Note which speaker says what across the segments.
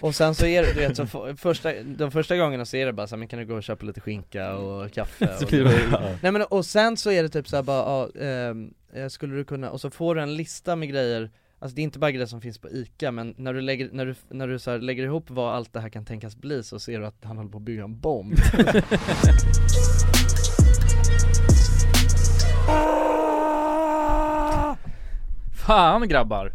Speaker 1: Och sen så är det, du vet, så f- första, de första gångerna så är det bara så här, men kan du gå och köpa lite skinka och kaffe
Speaker 2: Så
Speaker 1: och
Speaker 2: blir det- ja.
Speaker 1: Nej men och sen så är det typ såhär bara, ja, ehm, eh, skulle du kunna, och så får du en lista med grejer Alltså det är inte bara grejer som finns på ICA men när du lägger, när du, när du så här lägger ihop vad allt det här kan tänkas bli så ser du att han håller på att bygga en bomb
Speaker 3: Fan grabbar!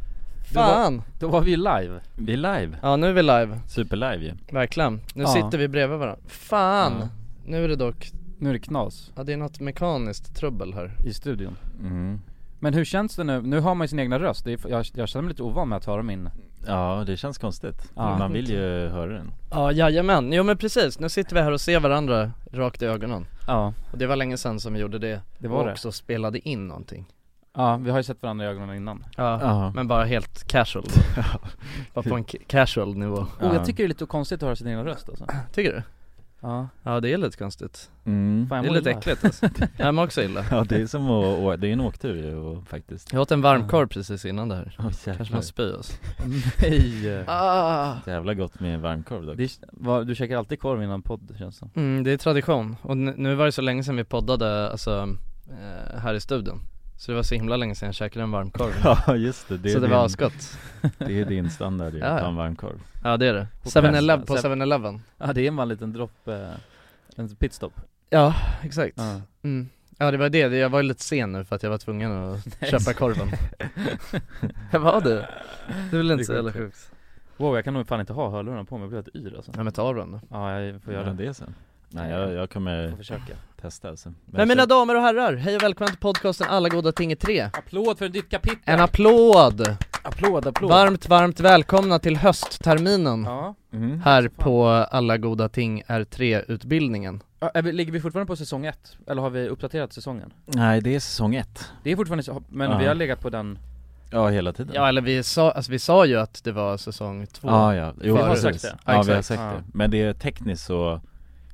Speaker 3: Då var,
Speaker 1: Fan!
Speaker 3: då var vi live.
Speaker 2: Vi är live,
Speaker 1: Ja nu är vi live,
Speaker 2: superlive ju
Speaker 1: verkligen Nu
Speaker 3: Ja.
Speaker 1: sitter vi bredvid varandra Fan!
Speaker 3: Ja.
Speaker 1: Nu är det dock,
Speaker 3: Nu är det knas
Speaker 1: ja det är något mekaniskt trubbel här
Speaker 3: i studion.
Speaker 2: mm.
Speaker 3: Men hur känns det nu? Nu har man ju sin egna röst, det är, jag, jag känner mig lite ovan med att höra min
Speaker 2: Ja det känns konstigt,
Speaker 3: Ja.
Speaker 2: man vill ju höra den
Speaker 1: Ja jajamän, jo men precis, nu sitter vi här och ser varandra rakt i ögonen
Speaker 3: Ja,
Speaker 1: Och det var länge sedan som vi gjorde det,
Speaker 3: det var
Speaker 1: och
Speaker 3: det
Speaker 1: också spelade in någonting
Speaker 3: Ja, vi har ju sett varandra i ögonen innan
Speaker 1: Ja,
Speaker 2: Ja.
Speaker 1: men bara helt casual Bara på en ca- casual nivå
Speaker 3: oh, jag tycker det är lite konstigt att höra sin egen röst alltså
Speaker 1: Tycker du?
Speaker 3: Ja,
Speaker 1: Ja det är lite konstigt
Speaker 2: mm.
Speaker 3: fan jag
Speaker 1: Det är
Speaker 3: mår
Speaker 1: lite
Speaker 3: illa.
Speaker 1: äckligt alltså Jag mår också illa
Speaker 2: Ja det är som att, å- det är en åktur ju och faktiskt
Speaker 1: Jag åt en varmkorv precis innan det här
Speaker 2: Åh
Speaker 1: Kanske man
Speaker 2: jävlar,
Speaker 1: spyr alltså
Speaker 3: Nej!
Speaker 1: ah.
Speaker 2: jävla gott med varmkorv dock
Speaker 3: Det, är- vad- du käkar alltid korv innan podd känns det som
Speaker 1: mm, Det är tradition, och n- nu var det så länge sedan vi poddade alltså eh, här i studion Så det var så himla länge sedan jag käkade en varmkorv
Speaker 2: Ja just det, det är,
Speaker 1: Så det
Speaker 2: din,
Speaker 1: var asgott
Speaker 2: det är din standard ju,
Speaker 1: Ja,
Speaker 2: att
Speaker 1: ja.
Speaker 2: ta en varmkorv
Speaker 1: Ja det är det
Speaker 3: Och
Speaker 1: 7-Eleven, på
Speaker 3: press-
Speaker 1: 7-Eleven
Speaker 3: Ja det är bara en liten dropp, eh, en pitstop
Speaker 1: Ja, exakt
Speaker 3: Ja.
Speaker 1: Mm. Ja det var det, jag var ju lite sen nu för att jag var tvungen att köpa korven Jag var det, det är väl inte så jävla sjukt
Speaker 3: Wow jag kan nog fan inte ha hörlurarna på mig, jag blir helt yr alltså
Speaker 1: Ja men ta av den då
Speaker 3: Ja jag får
Speaker 2: Får jag
Speaker 3: göra
Speaker 2: göra
Speaker 3: det,
Speaker 2: det sen? Nej jag, jag
Speaker 3: jag får
Speaker 2: kommer
Speaker 3: försöka
Speaker 2: testa alltså Men
Speaker 1: Men
Speaker 2: jag
Speaker 1: mina
Speaker 2: känner-
Speaker 1: damer och herrar, hej och välkomna till podcasten Alla goda ting är tre
Speaker 3: Applåd för ett nytt kapitel!
Speaker 1: En applåd!
Speaker 3: applåd, applåd!
Speaker 1: Varmt, varmt välkomna till höstterminen
Speaker 3: Ja,
Speaker 2: mm.
Speaker 1: här på Alla goda ting är tre-utbildningen
Speaker 3: Ja, är vi, ligger vi fortfarande på säsong ett? Eller har vi uppdaterat säsongen?
Speaker 2: Nej det är säsong ett
Speaker 3: Det är fortfarande, så- men
Speaker 2: Ja.
Speaker 3: vi har legat på den
Speaker 2: Ja hela tiden
Speaker 1: Ja eller vi sa, alltså vi sa ju att det var säsong två
Speaker 2: Ja, ja, jo,
Speaker 1: Vi har
Speaker 2: precis.
Speaker 3: sagt det.
Speaker 2: Ja,
Speaker 1: Ja,
Speaker 2: vi har
Speaker 1: exakt.
Speaker 2: sagt
Speaker 3: Ja.
Speaker 2: det Men det är tekniskt så,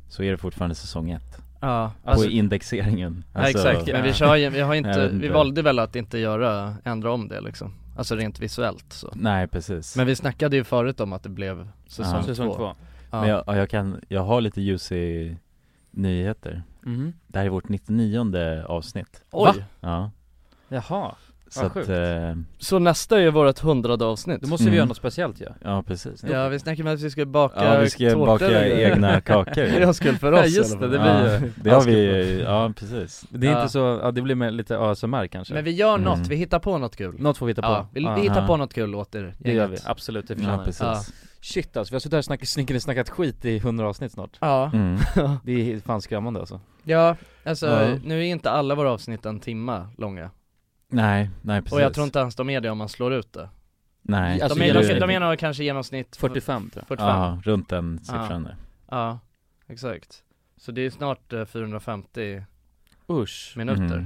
Speaker 2: så är det fortfarande säsong ett
Speaker 1: ja
Speaker 3: Alltså-
Speaker 2: På indexeringen Alltså,
Speaker 1: Ja exakt, men vi kör ju, vi har
Speaker 2: Jag
Speaker 1: inte,
Speaker 2: vet
Speaker 1: vi
Speaker 2: inte.
Speaker 1: valde väl att inte göra, ändra om det liksom Alltså rent visuellt så
Speaker 2: Nej precis
Speaker 1: Men vi snackade ju förut om att det blev säsong
Speaker 2: Ja.
Speaker 1: två,
Speaker 3: säsong två
Speaker 1: Ja.
Speaker 2: Men jag, ja, jag kan, jag har lite ljus i nyheter
Speaker 3: Mhm.
Speaker 2: Det här är vårt 99 avsnitt
Speaker 1: Oj!
Speaker 3: Va?
Speaker 2: Ja,
Speaker 3: Jaha,
Speaker 2: så
Speaker 3: Vad
Speaker 2: att,
Speaker 3: sjukt.
Speaker 2: eh,
Speaker 1: Så nästa är vårt hundrade avsnitt
Speaker 3: då måste vi
Speaker 2: Mm.
Speaker 3: göra något speciellt ju
Speaker 2: ja precis
Speaker 1: Ja vi snackade om att vi skulle baka
Speaker 2: Ja, vi ska
Speaker 1: tårtor
Speaker 2: baka
Speaker 1: och grejer.
Speaker 2: egna kakor
Speaker 1: Det är en skuld för oss
Speaker 3: Ja, just
Speaker 1: i alla
Speaker 3: det
Speaker 1: fall.
Speaker 3: blir
Speaker 2: ja,
Speaker 3: ju-
Speaker 2: det har vi, ja precis
Speaker 3: Det är
Speaker 1: Ja.
Speaker 3: inte så, ja det blir med lite ASMR kanske
Speaker 1: Men vi gör
Speaker 2: Mm.
Speaker 1: något, vi hittar på något kul
Speaker 3: Något får vi hitta på
Speaker 1: Ja, vi, vi hittar på något kul åt er
Speaker 3: Det gör vi,
Speaker 1: gänget.
Speaker 3: absolut, det
Speaker 2: Ja
Speaker 3: förtjänar vi
Speaker 2: precis
Speaker 1: Ja.
Speaker 3: Shit alltså, vi har suttit här och snackat, snickade, snackat skit i 100 avsnitt snart
Speaker 1: Ja,
Speaker 2: Mm.
Speaker 3: Det är fan skrämmande alltså
Speaker 1: ja alltså
Speaker 2: Ja.
Speaker 1: nu är inte alla våra avsnitt en timma långa
Speaker 2: Nej, nej precis
Speaker 1: Och jag tror inte ens de är det om man slår ut det
Speaker 2: Nej,
Speaker 3: Alltså,
Speaker 1: De är,
Speaker 3: det
Speaker 1: de,
Speaker 3: är-
Speaker 1: de är nog kanske i genomsnitt
Speaker 3: 45 tror jag
Speaker 1: 45
Speaker 2: Ja, runt den siffran där
Speaker 1: Ja, exakt. Så det är snart eh, 450
Speaker 3: Usch
Speaker 1: minuter.
Speaker 2: Mm.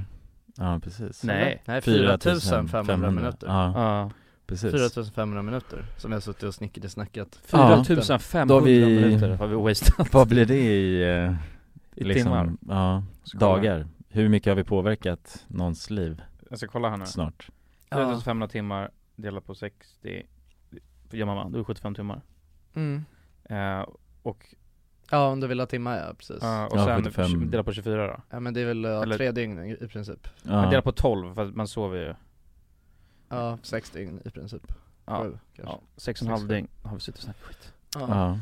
Speaker 2: Ja precis
Speaker 3: Nej.
Speaker 1: Nej, 4500
Speaker 2: 4500
Speaker 1: minuter.
Speaker 2: Ja,
Speaker 3: Ja
Speaker 2: precis
Speaker 1: 4500 minuter som jag suttit och snickade och snackat.
Speaker 3: 4500
Speaker 2: Då har vi-
Speaker 3: minuter har vi wasted
Speaker 2: Vad blir det i, eh,
Speaker 3: i
Speaker 2: liksom,
Speaker 3: timmar
Speaker 2: ja,
Speaker 3: Ska
Speaker 2: dagar? Hur mycket har vi påverkat någons liv
Speaker 3: Jag ska kolla här nu
Speaker 2: snart?
Speaker 1: Ja.
Speaker 3: 3500 timmar delat på 60 Gör mamma, då är det 75 timmar
Speaker 1: Mm.
Speaker 3: eh, Och,
Speaker 1: ja, om du vill ha timmar ja, precis.
Speaker 3: eh, och
Speaker 2: Ja,
Speaker 3: sen
Speaker 2: 75.
Speaker 3: dela på 24 då
Speaker 1: Ja men det är väl ja,
Speaker 3: Eller-
Speaker 1: tre dygn i i princip.
Speaker 3: Men
Speaker 2: Ja,
Speaker 3: dela på 12 för att man sover ju
Speaker 1: Ja, sex dygn i princip.
Speaker 3: Ja.
Speaker 1: Sju kanske.
Speaker 3: Ja, sex och en halv dygn har vi suttit och snackat skit
Speaker 2: ja. ja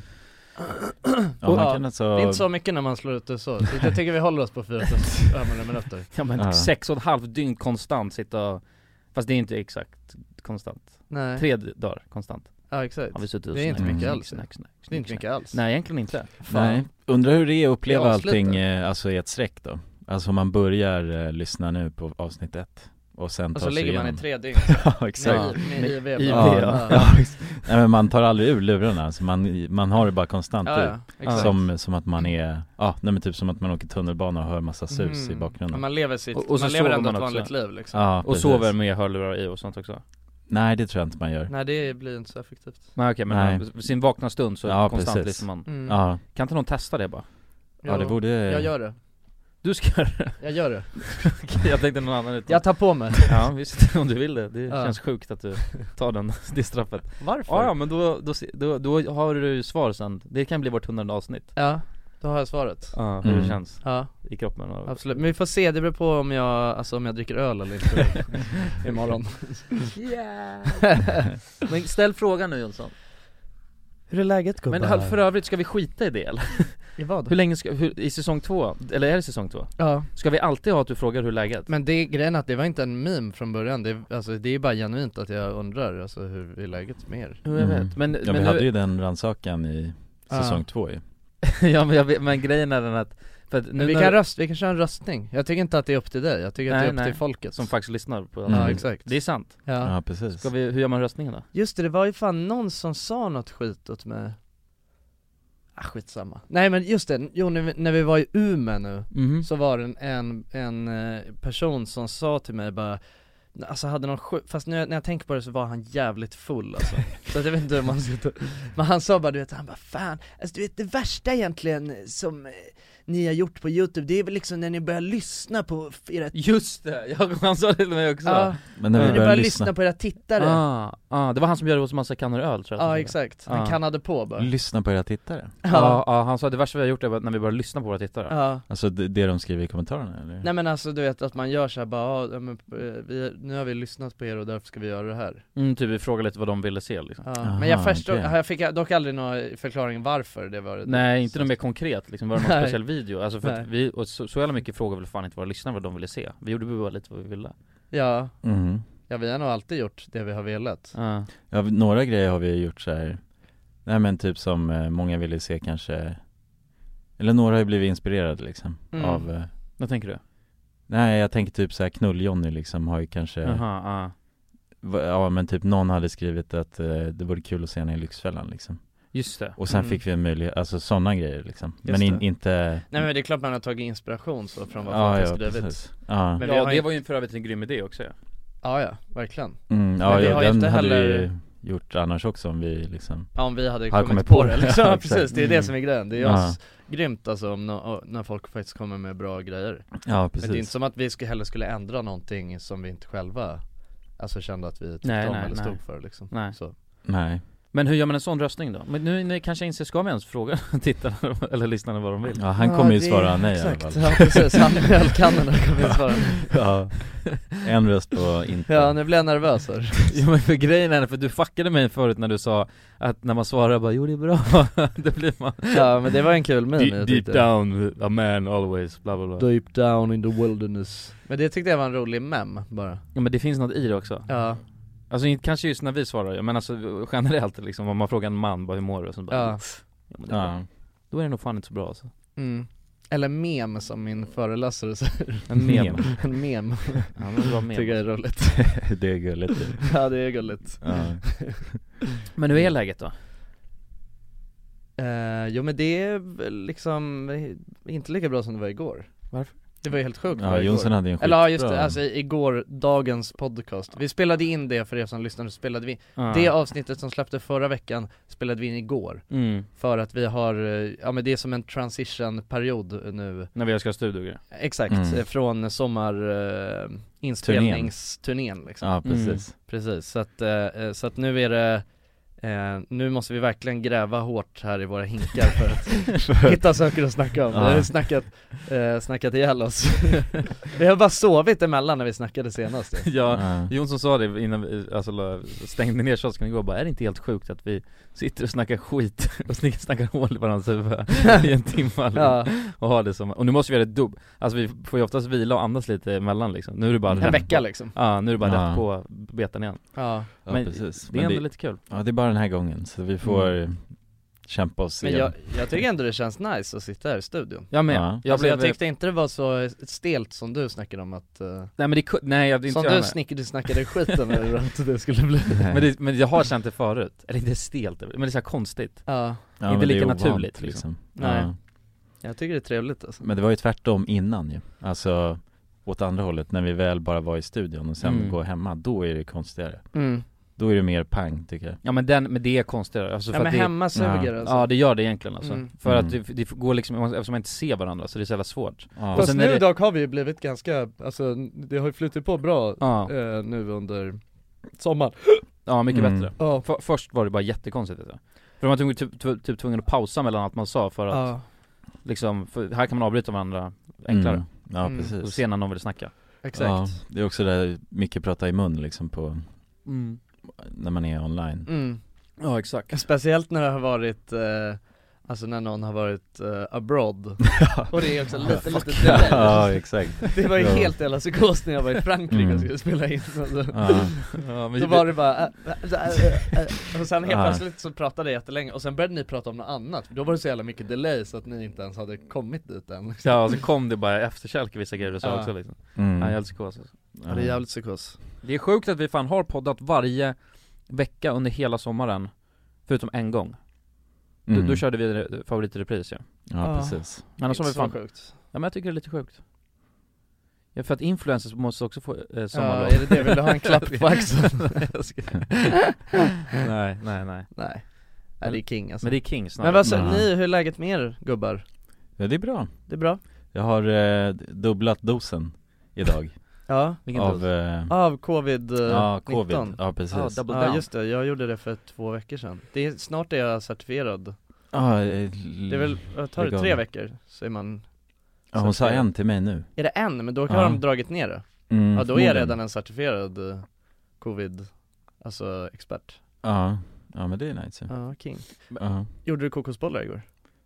Speaker 1: Och-
Speaker 2: man kan
Speaker 1: Det är
Speaker 2: alltså,
Speaker 1: inte så mycket när man slår ut det så, så jag tycker vi håller oss på 4500 minuter.
Speaker 3: Ja men
Speaker 2: Ja.
Speaker 3: sex och en halv dygn konstant sitta och, fast det är inte exakt konstant
Speaker 1: Nej,
Speaker 3: Tre d- dagar konstant
Speaker 1: ja exakt.
Speaker 3: har vi suttit och
Speaker 1: Det är inte
Speaker 3: snackat.
Speaker 2: mycket
Speaker 3: Snack,
Speaker 1: alls.
Speaker 3: snack, snack,
Speaker 1: Det är inte
Speaker 3: snack,
Speaker 1: mycket alls.
Speaker 3: snack. Nej egentligen inte
Speaker 1: Fan.
Speaker 2: nej, undrar hur det är
Speaker 1: Det
Speaker 2: att uppleva
Speaker 1: är
Speaker 2: allting
Speaker 1: avslutat.
Speaker 2: eh, alltså i ett streck då? Alltså om man börjar eh, lyssna nu på avsnitt ett och sen
Speaker 1: Och så
Speaker 2: tar sig
Speaker 1: Alltså, ligger man i
Speaker 2: igenom.
Speaker 1: tre dygn.
Speaker 2: Ja exakt
Speaker 1: Nej,
Speaker 3: Med
Speaker 1: med IV.
Speaker 3: IV,
Speaker 1: bara.
Speaker 2: Ja,
Speaker 3: ja.
Speaker 2: ja, exakt. Nej men man tar aldrig ur lurarna, alltså man, man har det bara konstant
Speaker 3: typ.
Speaker 1: Ja,
Speaker 2: ut
Speaker 1: ja, exakt.
Speaker 2: Som, som att man är, ja nej men typ som att man åker tunnelbana och hör massa sus i
Speaker 1: Mm. Ja,
Speaker 2: bakgrunden
Speaker 1: man lever sitt,
Speaker 3: Och- och så
Speaker 1: man lever
Speaker 3: sover
Speaker 1: ändå
Speaker 3: man
Speaker 1: ett
Speaker 3: också.
Speaker 1: vanligt liv liksom
Speaker 2: Ja,
Speaker 3: Och
Speaker 2: precis.
Speaker 3: sover med hörlurar i och sånt också
Speaker 2: Nej det tror jag inte man gör
Speaker 1: Nej det blir inte så effektivt
Speaker 3: Nej okej men
Speaker 2: Nej.
Speaker 3: på sin vakna stund så
Speaker 2: Ja,
Speaker 3: konstant
Speaker 2: precis.
Speaker 3: lyssnar man
Speaker 1: mm.
Speaker 2: Ja,
Speaker 3: Kan inte någon testa det bara?
Speaker 2: ja det borde
Speaker 1: Jag gör det
Speaker 3: Du Du ska göra det.
Speaker 1: Jag gör det,
Speaker 3: Okej, Jag tänkte någon annan utan
Speaker 1: jag tar på mig
Speaker 3: Ja visst, om du vill det. Det
Speaker 1: Ja.
Speaker 3: känns sjukt att du tar den, det straffet
Speaker 1: Varför?
Speaker 3: Ja, ja men då, då, se- då, då har du svar sen, det kan bli vårt hundrade avsnitt
Speaker 1: Ja, då har jag svaret
Speaker 3: Ja, hur
Speaker 2: Mm.
Speaker 3: det känns
Speaker 1: Ja,
Speaker 3: i kroppen och,
Speaker 1: absolut, men vi får se, det beror på om jag, alltså om jag dricker öl eller inte imorgon
Speaker 3: Mm.
Speaker 4: Men ställ frågan nu Jonsson
Speaker 1: Hur är läget gubbar?
Speaker 3: Men hör- för övrigt, ska vi skita i det eller?
Speaker 1: I vad?
Speaker 3: Hur länge ska, hur, i säsong två? Eller är det säsong två?
Speaker 1: Ja,
Speaker 3: Ska vi alltid ha att du frågar hur läget?
Speaker 1: men det, grejen är att det var inte en meme från början, det, alltså, det är bara genuint att jag undrar alltså, hur är läget med er?
Speaker 3: Jo, jag
Speaker 2: Mm.
Speaker 3: vet, men,
Speaker 2: Ja
Speaker 3: men,
Speaker 2: vi hade
Speaker 3: nu,
Speaker 2: ju den rannsakan i
Speaker 1: Ja.
Speaker 2: säsong två ju
Speaker 3: ja, men, jag vet, men grejen är den att, för att nu
Speaker 1: Men vi,
Speaker 3: när,
Speaker 1: kan röst, vi kan köra en röstning, jag tycker inte att det är upp till dig, jag tycker att
Speaker 3: Nej,
Speaker 1: det är upp
Speaker 3: nej.
Speaker 1: till folket
Speaker 3: som faktiskt lyssnar på
Speaker 2: Mm.
Speaker 1: Ja exakt
Speaker 3: Det är sant,
Speaker 2: Ja,
Speaker 1: ja.
Speaker 2: precis
Speaker 3: ska vi, hur gör man röstningen då?
Speaker 1: Just det, det var ju fan någon som sa något skit åt mig Ah skitsamma Nej men just det, jo när vi, när vi var i Umeå nu
Speaker 3: Mhm.
Speaker 1: så var det en, en, en eh, person som sa till mig bara Alltså hade någon sjuk, fast när jag, när jag tänker på det så var han jävligt full alltså. Så att jag vet inte hur man ska ta Men han sa bara du vet, han bara fan, alltså du vet det värsta egentligen som eh, ni har gjort på youtube, det är väl liksom när ni börjar lyssna på f- era
Speaker 3: Just det, jag, han sa det till mig också
Speaker 1: Ja,
Speaker 2: Men när
Speaker 1: när
Speaker 2: vi
Speaker 1: ni
Speaker 2: började,
Speaker 1: börjar lyssna
Speaker 2: lyssna,
Speaker 1: på era tittare
Speaker 3: Ah, ah, det var han som gjorde hos massa kannor öl tror jag
Speaker 1: Ja exakt, han
Speaker 3: Ja.
Speaker 1: kannade på bara
Speaker 2: lyssna på era tittare
Speaker 3: Ja, ja, han sa det värsta vi har gjort är när vi började lyssna på våra tittare
Speaker 1: Ja,
Speaker 2: Alltså det, det de skriver i kommentarerna eller?
Speaker 1: nej men alltså du vet att man gör såhär bara, "Ja, ja, men, eh, vi, nu har vi lyssnat på er och därför ska vi göra det här
Speaker 3: mm, Typ vi frågade lite vad de ville se liksom
Speaker 1: ja.
Speaker 2: Aha,
Speaker 1: Men jag förstod,
Speaker 2: okej.
Speaker 1: jag fick dock aldrig någon förklaring varför det var det
Speaker 3: Nej inte något mer konkret liksom, var det någon
Speaker 1: Nej.
Speaker 3: speciell video? Alltså för att
Speaker 1: Nej.
Speaker 3: vi, och så, så jävla mycket frågade väl fan inte våra lyssnare vad de ville se Vi gjorde bara lite vad vi ville
Speaker 1: Ja,
Speaker 2: Mhm.
Speaker 1: ja vi har nog alltid gjort det vi har velat
Speaker 3: Ja.
Speaker 2: Ja, v- några grejer har vi ju gjort så här. Nej men typ som eh, många ville se kanske Eller några har ju blivit inspirerade liksom
Speaker 1: Mm.
Speaker 2: av eh,
Speaker 3: Vad tänker du?
Speaker 2: Nej jag tänker typ så här knull-Johnny liksom har ju kanske
Speaker 3: Jaha, ja
Speaker 2: va- Ja men typ någon hade skrivit att eh, det vore kul att se henne i Lyxfällan liksom
Speaker 3: Just det
Speaker 2: Och sen
Speaker 1: Mm.
Speaker 2: fick vi en möjlighet, alltså sådana grejer liksom
Speaker 1: Just
Speaker 2: Men in,
Speaker 1: det.
Speaker 2: inte
Speaker 1: Nej men det är klart man har tagit inspiration så från vad
Speaker 2: Ja
Speaker 1: folk
Speaker 2: ja
Speaker 1: har skrivit
Speaker 2: precis Ja,
Speaker 1: Men vi
Speaker 3: Ja
Speaker 1: har
Speaker 3: det
Speaker 1: inte-
Speaker 3: var ju för övrigt en grym idé också ja.
Speaker 1: Ja ja, verkligen
Speaker 2: mm,
Speaker 1: men
Speaker 2: ja,
Speaker 1: vi
Speaker 2: ja
Speaker 1: har
Speaker 2: den
Speaker 1: inte
Speaker 2: hade vi
Speaker 1: heller-
Speaker 2: ju gjort annars också om vi liksom
Speaker 1: Ja om vi hade
Speaker 2: Har
Speaker 1: kommit, på, det liksom. Ja precis, det är det
Speaker 3: Mm.
Speaker 1: som är grejen, det är
Speaker 2: Ja.
Speaker 1: oss grymt alltså om nå- när folk faktiskt kommer med bra grejer
Speaker 2: Ja precis
Speaker 1: Men det är inte som att vi skulle, heller skulle ändra någonting som vi inte själva Alltså kände att vi tyckte
Speaker 3: Nej,
Speaker 1: om
Speaker 3: nej,
Speaker 1: eller
Speaker 3: nej.
Speaker 1: stod för liksom
Speaker 3: Nej.
Speaker 1: Så.
Speaker 2: Nej
Speaker 3: Men hur gör man en sån röstning då? Men nu, nu kanske jag inser, ska vi ens fråga tittarna eller lyssnarna vad de vill?
Speaker 2: Ja han kommer ju
Speaker 1: det-
Speaker 2: svara nej i alla
Speaker 1: Exakt,
Speaker 2: fall
Speaker 1: ja precis, han med ölkannorna kommer att svara
Speaker 2: Ja, en röst på inte
Speaker 1: Ja nu blir jag nervös här
Speaker 3: Ja men för grejen är för du fuckade mig förut när du sa att när man svarar bara 'Jo det är bra' Det blir man
Speaker 1: Ja men det var en kul meme
Speaker 3: deep,
Speaker 1: jag
Speaker 3: deep
Speaker 1: tyckte.
Speaker 3: down, a man always, bla bla bla
Speaker 1: Deep down in the wilderness Men det tyckte jag var en rolig meme bara
Speaker 3: Ja men det finns något i det också
Speaker 1: Ja,
Speaker 3: Alltså inte kanske just när vi svarar ja, men alltså generellt liksom om man frågar en man bara 'Hur mår du?' och så bara
Speaker 1: Ja.
Speaker 3: "Ja, men det är bra."
Speaker 2: Ja,
Speaker 3: Då är det nog fan inte så bra alltså
Speaker 1: mm. Eller mem som min föreläsare säger
Speaker 3: En mem,
Speaker 2: Mem.
Speaker 1: En mem,
Speaker 3: Ja, men det var mem.
Speaker 1: tycker jag är roligt
Speaker 2: det är gulligt ju.
Speaker 1: Ja det är gulligt
Speaker 2: ja.
Speaker 3: Men hur är läget då?
Speaker 1: Eh, Jo men det är väl liksom eh, inte lika bra som det var igår
Speaker 3: Varför?
Speaker 1: Det var ju helt sjukt
Speaker 2: ja,
Speaker 1: vad igår.
Speaker 2: Jonsson hade ju en skitbra
Speaker 1: Eller ja just det, alltså i- igår, dagens podcast. Vi spelade in det för er som lyssnar, så spelade vi in.
Speaker 3: Ja.
Speaker 1: Det avsnittet som släppte förra veckan spelade vi in igår.
Speaker 3: mm.
Speaker 1: För att vi har, eh, ja men det är som en transition-period nu.
Speaker 3: När vi ska ha studiogrejer
Speaker 1: Exakt,
Speaker 2: Mm.
Speaker 1: eh, från sommarinspelningsturnén liksom.
Speaker 2: Ja precis
Speaker 1: Precis, så att, eh, eh, så att nu är det Eh, nu måste vi verkligen gräva hårt här i våra hinkar för att hitta saker att snacka om. Vi har
Speaker 2: Ja.
Speaker 1: snackat, eh, snackat ihjäl oss. vi har bara sovit emellan när vi snackade senast. ju.
Speaker 3: Ja,
Speaker 2: Ja.
Speaker 3: Jonsson sa det innan vi alltså, la- stängde ner kiosken igår bara, är det inte helt sjukt att vi sitter och snackar skit och snickar- snackar hål i varandras huvud i en timme liksom,
Speaker 1: Ja,
Speaker 3: och har det som, och nu måste vi göra det dubb, alltså vi får ju oftast vila och andas lite emellan liksom, nu är det bara
Speaker 2: En
Speaker 1: en
Speaker 3: rätt
Speaker 1: vecka
Speaker 3: på-
Speaker 1: liksom.
Speaker 3: Ja, nu är det bara
Speaker 2: Ja.
Speaker 3: rätt på betan igen
Speaker 1: Ja.
Speaker 2: Ja,
Speaker 3: Men Det
Speaker 2: precis
Speaker 3: är
Speaker 2: Men
Speaker 3: ändå
Speaker 2: det,
Speaker 3: lite kul
Speaker 2: Ja det är bara den här gången så vi får kämpa oss
Speaker 1: Men
Speaker 2: igenom
Speaker 1: jag, jag tycker ändå det känns nice att sitta här i studion.
Speaker 3: Jag med,
Speaker 2: Ja.
Speaker 3: jag
Speaker 1: Jag, alltså,
Speaker 3: blev,
Speaker 1: jag tyckte inte det var så stelt som du snackade om att, eh,
Speaker 3: nej men det ku- nej jag, det är inte
Speaker 1: som
Speaker 3: jag
Speaker 1: du,
Speaker 3: med.
Speaker 1: snick, du snackade skiten över att det skulle bli.
Speaker 2: Nej.
Speaker 3: men, det, men jag har känt det förut, eller inte stelt, men det är så här konstigt
Speaker 1: Ja,
Speaker 2: Ja,
Speaker 3: inte
Speaker 2: men det är
Speaker 3: lika
Speaker 2: ovant,
Speaker 3: naturligt, liksom.
Speaker 1: Nej.
Speaker 2: Ja.
Speaker 1: jag tycker det är trevligt alltså.
Speaker 2: Men det var ju tvärtom innan ju Alltså åt andra hållet när vi väl bara var i studion och sen
Speaker 3: Mm.
Speaker 2: går hemma, då är det konstigare
Speaker 1: Mm.
Speaker 2: Då är det mer pang tycker jag
Speaker 3: Ja men den, men det är konstigare, alltså för
Speaker 1: ja men
Speaker 3: att det,
Speaker 1: hemma suger
Speaker 2: Ja.
Speaker 1: det alltså
Speaker 3: Ja det gör det egentligen alltså,
Speaker 1: Mm.
Speaker 3: för att det,
Speaker 2: Mm.
Speaker 3: det går liksom, eftersom man inte ser varandra så det är så jävla svårt
Speaker 2: ja.
Speaker 1: Fast
Speaker 3: sen är
Speaker 1: nu
Speaker 3: det-
Speaker 1: dock har vi ju blivit ganska, alltså det har ju flutit på bra
Speaker 3: Ja,
Speaker 1: eh, nu under sommaren
Speaker 3: ja mycket
Speaker 2: Mm.
Speaker 3: bättre
Speaker 1: Ja,
Speaker 3: F- Först var det bara jättekonstigt alltså. För man var typ, typ, typ tvungen att pausa mellan allt man sa för att
Speaker 1: ja.
Speaker 3: liksom, för här kan man avbryta varandra enklare
Speaker 2: Mm. Ja
Speaker 1: Mm.
Speaker 2: precis
Speaker 3: och se när någon vill snacka
Speaker 1: exakt
Speaker 2: Ja, det är också det här, mycket prata i mun liksom på, när man är online
Speaker 1: Mm.
Speaker 3: Mm. Ja exakt
Speaker 1: Speciellt när det har varit, eh, alltså när någon har varit eh, abroad Mm. Och det är också lite, lite dubbelt
Speaker 2: Ja exakt
Speaker 1: Det var ju
Speaker 2: Ja.
Speaker 1: helt jävla psykos när jag var i Frankrike
Speaker 2: Mm.
Speaker 1: och skulle spela in alltså.
Speaker 2: ja.
Speaker 3: ja, men,
Speaker 1: Då var det bara, äh, äh, äh, äh, och sen helt
Speaker 2: Ja.
Speaker 1: plötsligt så pratade jag jättelänge och sen började ni prata om något annat, då var det så jävla mycket delay så att ni inte ens hade kommit dit än liksom.
Speaker 3: Ja och så kom det bara efterkälke vissa grejer du sa
Speaker 1: Ja.
Speaker 3: också liksom
Speaker 2: Mm.
Speaker 3: Ja, jag älskar alltså.
Speaker 1: Ja det är jävligt psykos
Speaker 3: Det är sjukt att vi fan har poddat varje vecka under hela sommaren Förutom en gång,
Speaker 2: Mm.
Speaker 3: då, då körde vi re- favorit i repris ja.
Speaker 2: Ja
Speaker 1: Ja.
Speaker 2: precis
Speaker 3: Annars har vi alltså, fan, ja
Speaker 1: sjukt
Speaker 3: men jag tycker det är lite sjukt ja, för att influencers måste också få eh,
Speaker 1: Ja,
Speaker 3: sommarlov
Speaker 1: är det det, vill du ha en klapp på axeln?
Speaker 3: Nej, jag skojar. Nej, nej nej
Speaker 1: Nej, Nej det är king alltså
Speaker 3: Men det är King snarare
Speaker 1: Men vad säger
Speaker 2: Ja.
Speaker 1: ni, hur är läget med er gubbar?
Speaker 2: Ja det är bra
Speaker 1: Det är bra?
Speaker 2: Jag har eh, dubblat dosen idag
Speaker 1: Ja,
Speaker 3: Vilken
Speaker 2: av,
Speaker 3: dos?
Speaker 2: eh,
Speaker 1: av covid-19
Speaker 2: ja covid, ja precis
Speaker 3: Ja, double
Speaker 1: Ja
Speaker 3: down
Speaker 1: just det, jag gjorde det för två veckor sedan det är, Snart är jag certifierad
Speaker 2: Ja, eh,
Speaker 1: Det är
Speaker 2: Mm.
Speaker 1: väl, jag tar det
Speaker 2: Lägg
Speaker 1: tre
Speaker 2: av.
Speaker 1: veckor, säger man
Speaker 2: ja, hon sa en till mig nu
Speaker 1: Är det en? Men då har
Speaker 2: Ja.
Speaker 1: de dragit ner det Ja
Speaker 2: Mm,
Speaker 1: då är jag
Speaker 2: förmodligen.
Speaker 1: redan en certifierad eh, covid, alltså expert
Speaker 2: Ja, ja men det är nice ja.
Speaker 1: Ja, king
Speaker 2: Ja,
Speaker 1: Gjorde du kokosbollar igår?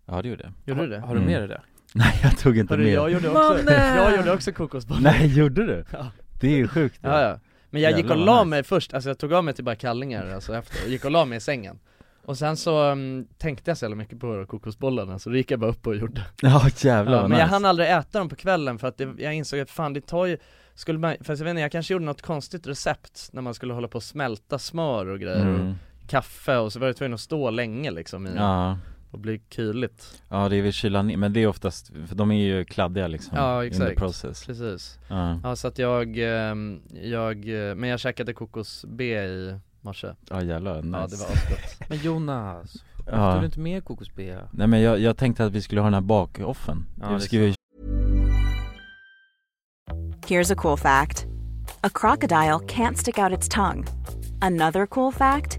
Speaker 2: ja det gjorde jag
Speaker 1: Gjorde du det?
Speaker 3: Har du
Speaker 2: Mm.
Speaker 3: med dig det?
Speaker 2: Nej jag tog inte
Speaker 1: Hörru,
Speaker 2: med
Speaker 1: jag gjorde också,
Speaker 4: Manne!
Speaker 1: jag gjorde också kokosbollar
Speaker 2: Nej gjorde du?
Speaker 1: Ja.
Speaker 2: Det är ju sjukt
Speaker 1: Ja, ja. Men jag gick
Speaker 2: Jävlar
Speaker 1: och
Speaker 2: vad
Speaker 1: la
Speaker 2: nice.
Speaker 1: mig först, alltså jag tog av mig till bara kallingar alltså efter, och gick och la mig i sängen Och sen så mm, tänkte jag så jävla mycket på de kokosbollarna så då gick jag bara upp och gjorde
Speaker 2: Ja, jävlar
Speaker 1: ja,
Speaker 2: vad
Speaker 1: Men jag
Speaker 2: nice.
Speaker 1: hann aldrig äta dem på kvällen för att det, jag insåg att fan det tar ju, skulle man, fast jag vet inte, jag kanske gjorde något konstigt recept när man skulle hålla på och smälta smör och grejer och
Speaker 2: mm.
Speaker 1: kaffe och så var jag tvungen att stå länge liksom i,
Speaker 2: ja.
Speaker 1: och bli kyligt
Speaker 2: ja, det är väl kyla ner, men det är oftast, för de är ju kladdiga liksom
Speaker 1: Ja,
Speaker 2: In
Speaker 1: exakt.
Speaker 2: the process
Speaker 1: Precis
Speaker 2: Ja,
Speaker 1: Ja så att jag, ehm, jag, eh, men jag käkade kokosb i morse,
Speaker 2: ja jävlar, nice
Speaker 1: ja det var asgott
Speaker 3: Men Jonas, varför
Speaker 2: Ja.
Speaker 3: tog du inte med kokosbea?
Speaker 2: Nej men jag, jag tänkte att vi skulle ha den här bakoffen
Speaker 3: Ja,
Speaker 2: Vi
Speaker 3: det
Speaker 2: skulle ju
Speaker 5: Here's a cool fact a crocodile can't stick out its tongue. Another cool fact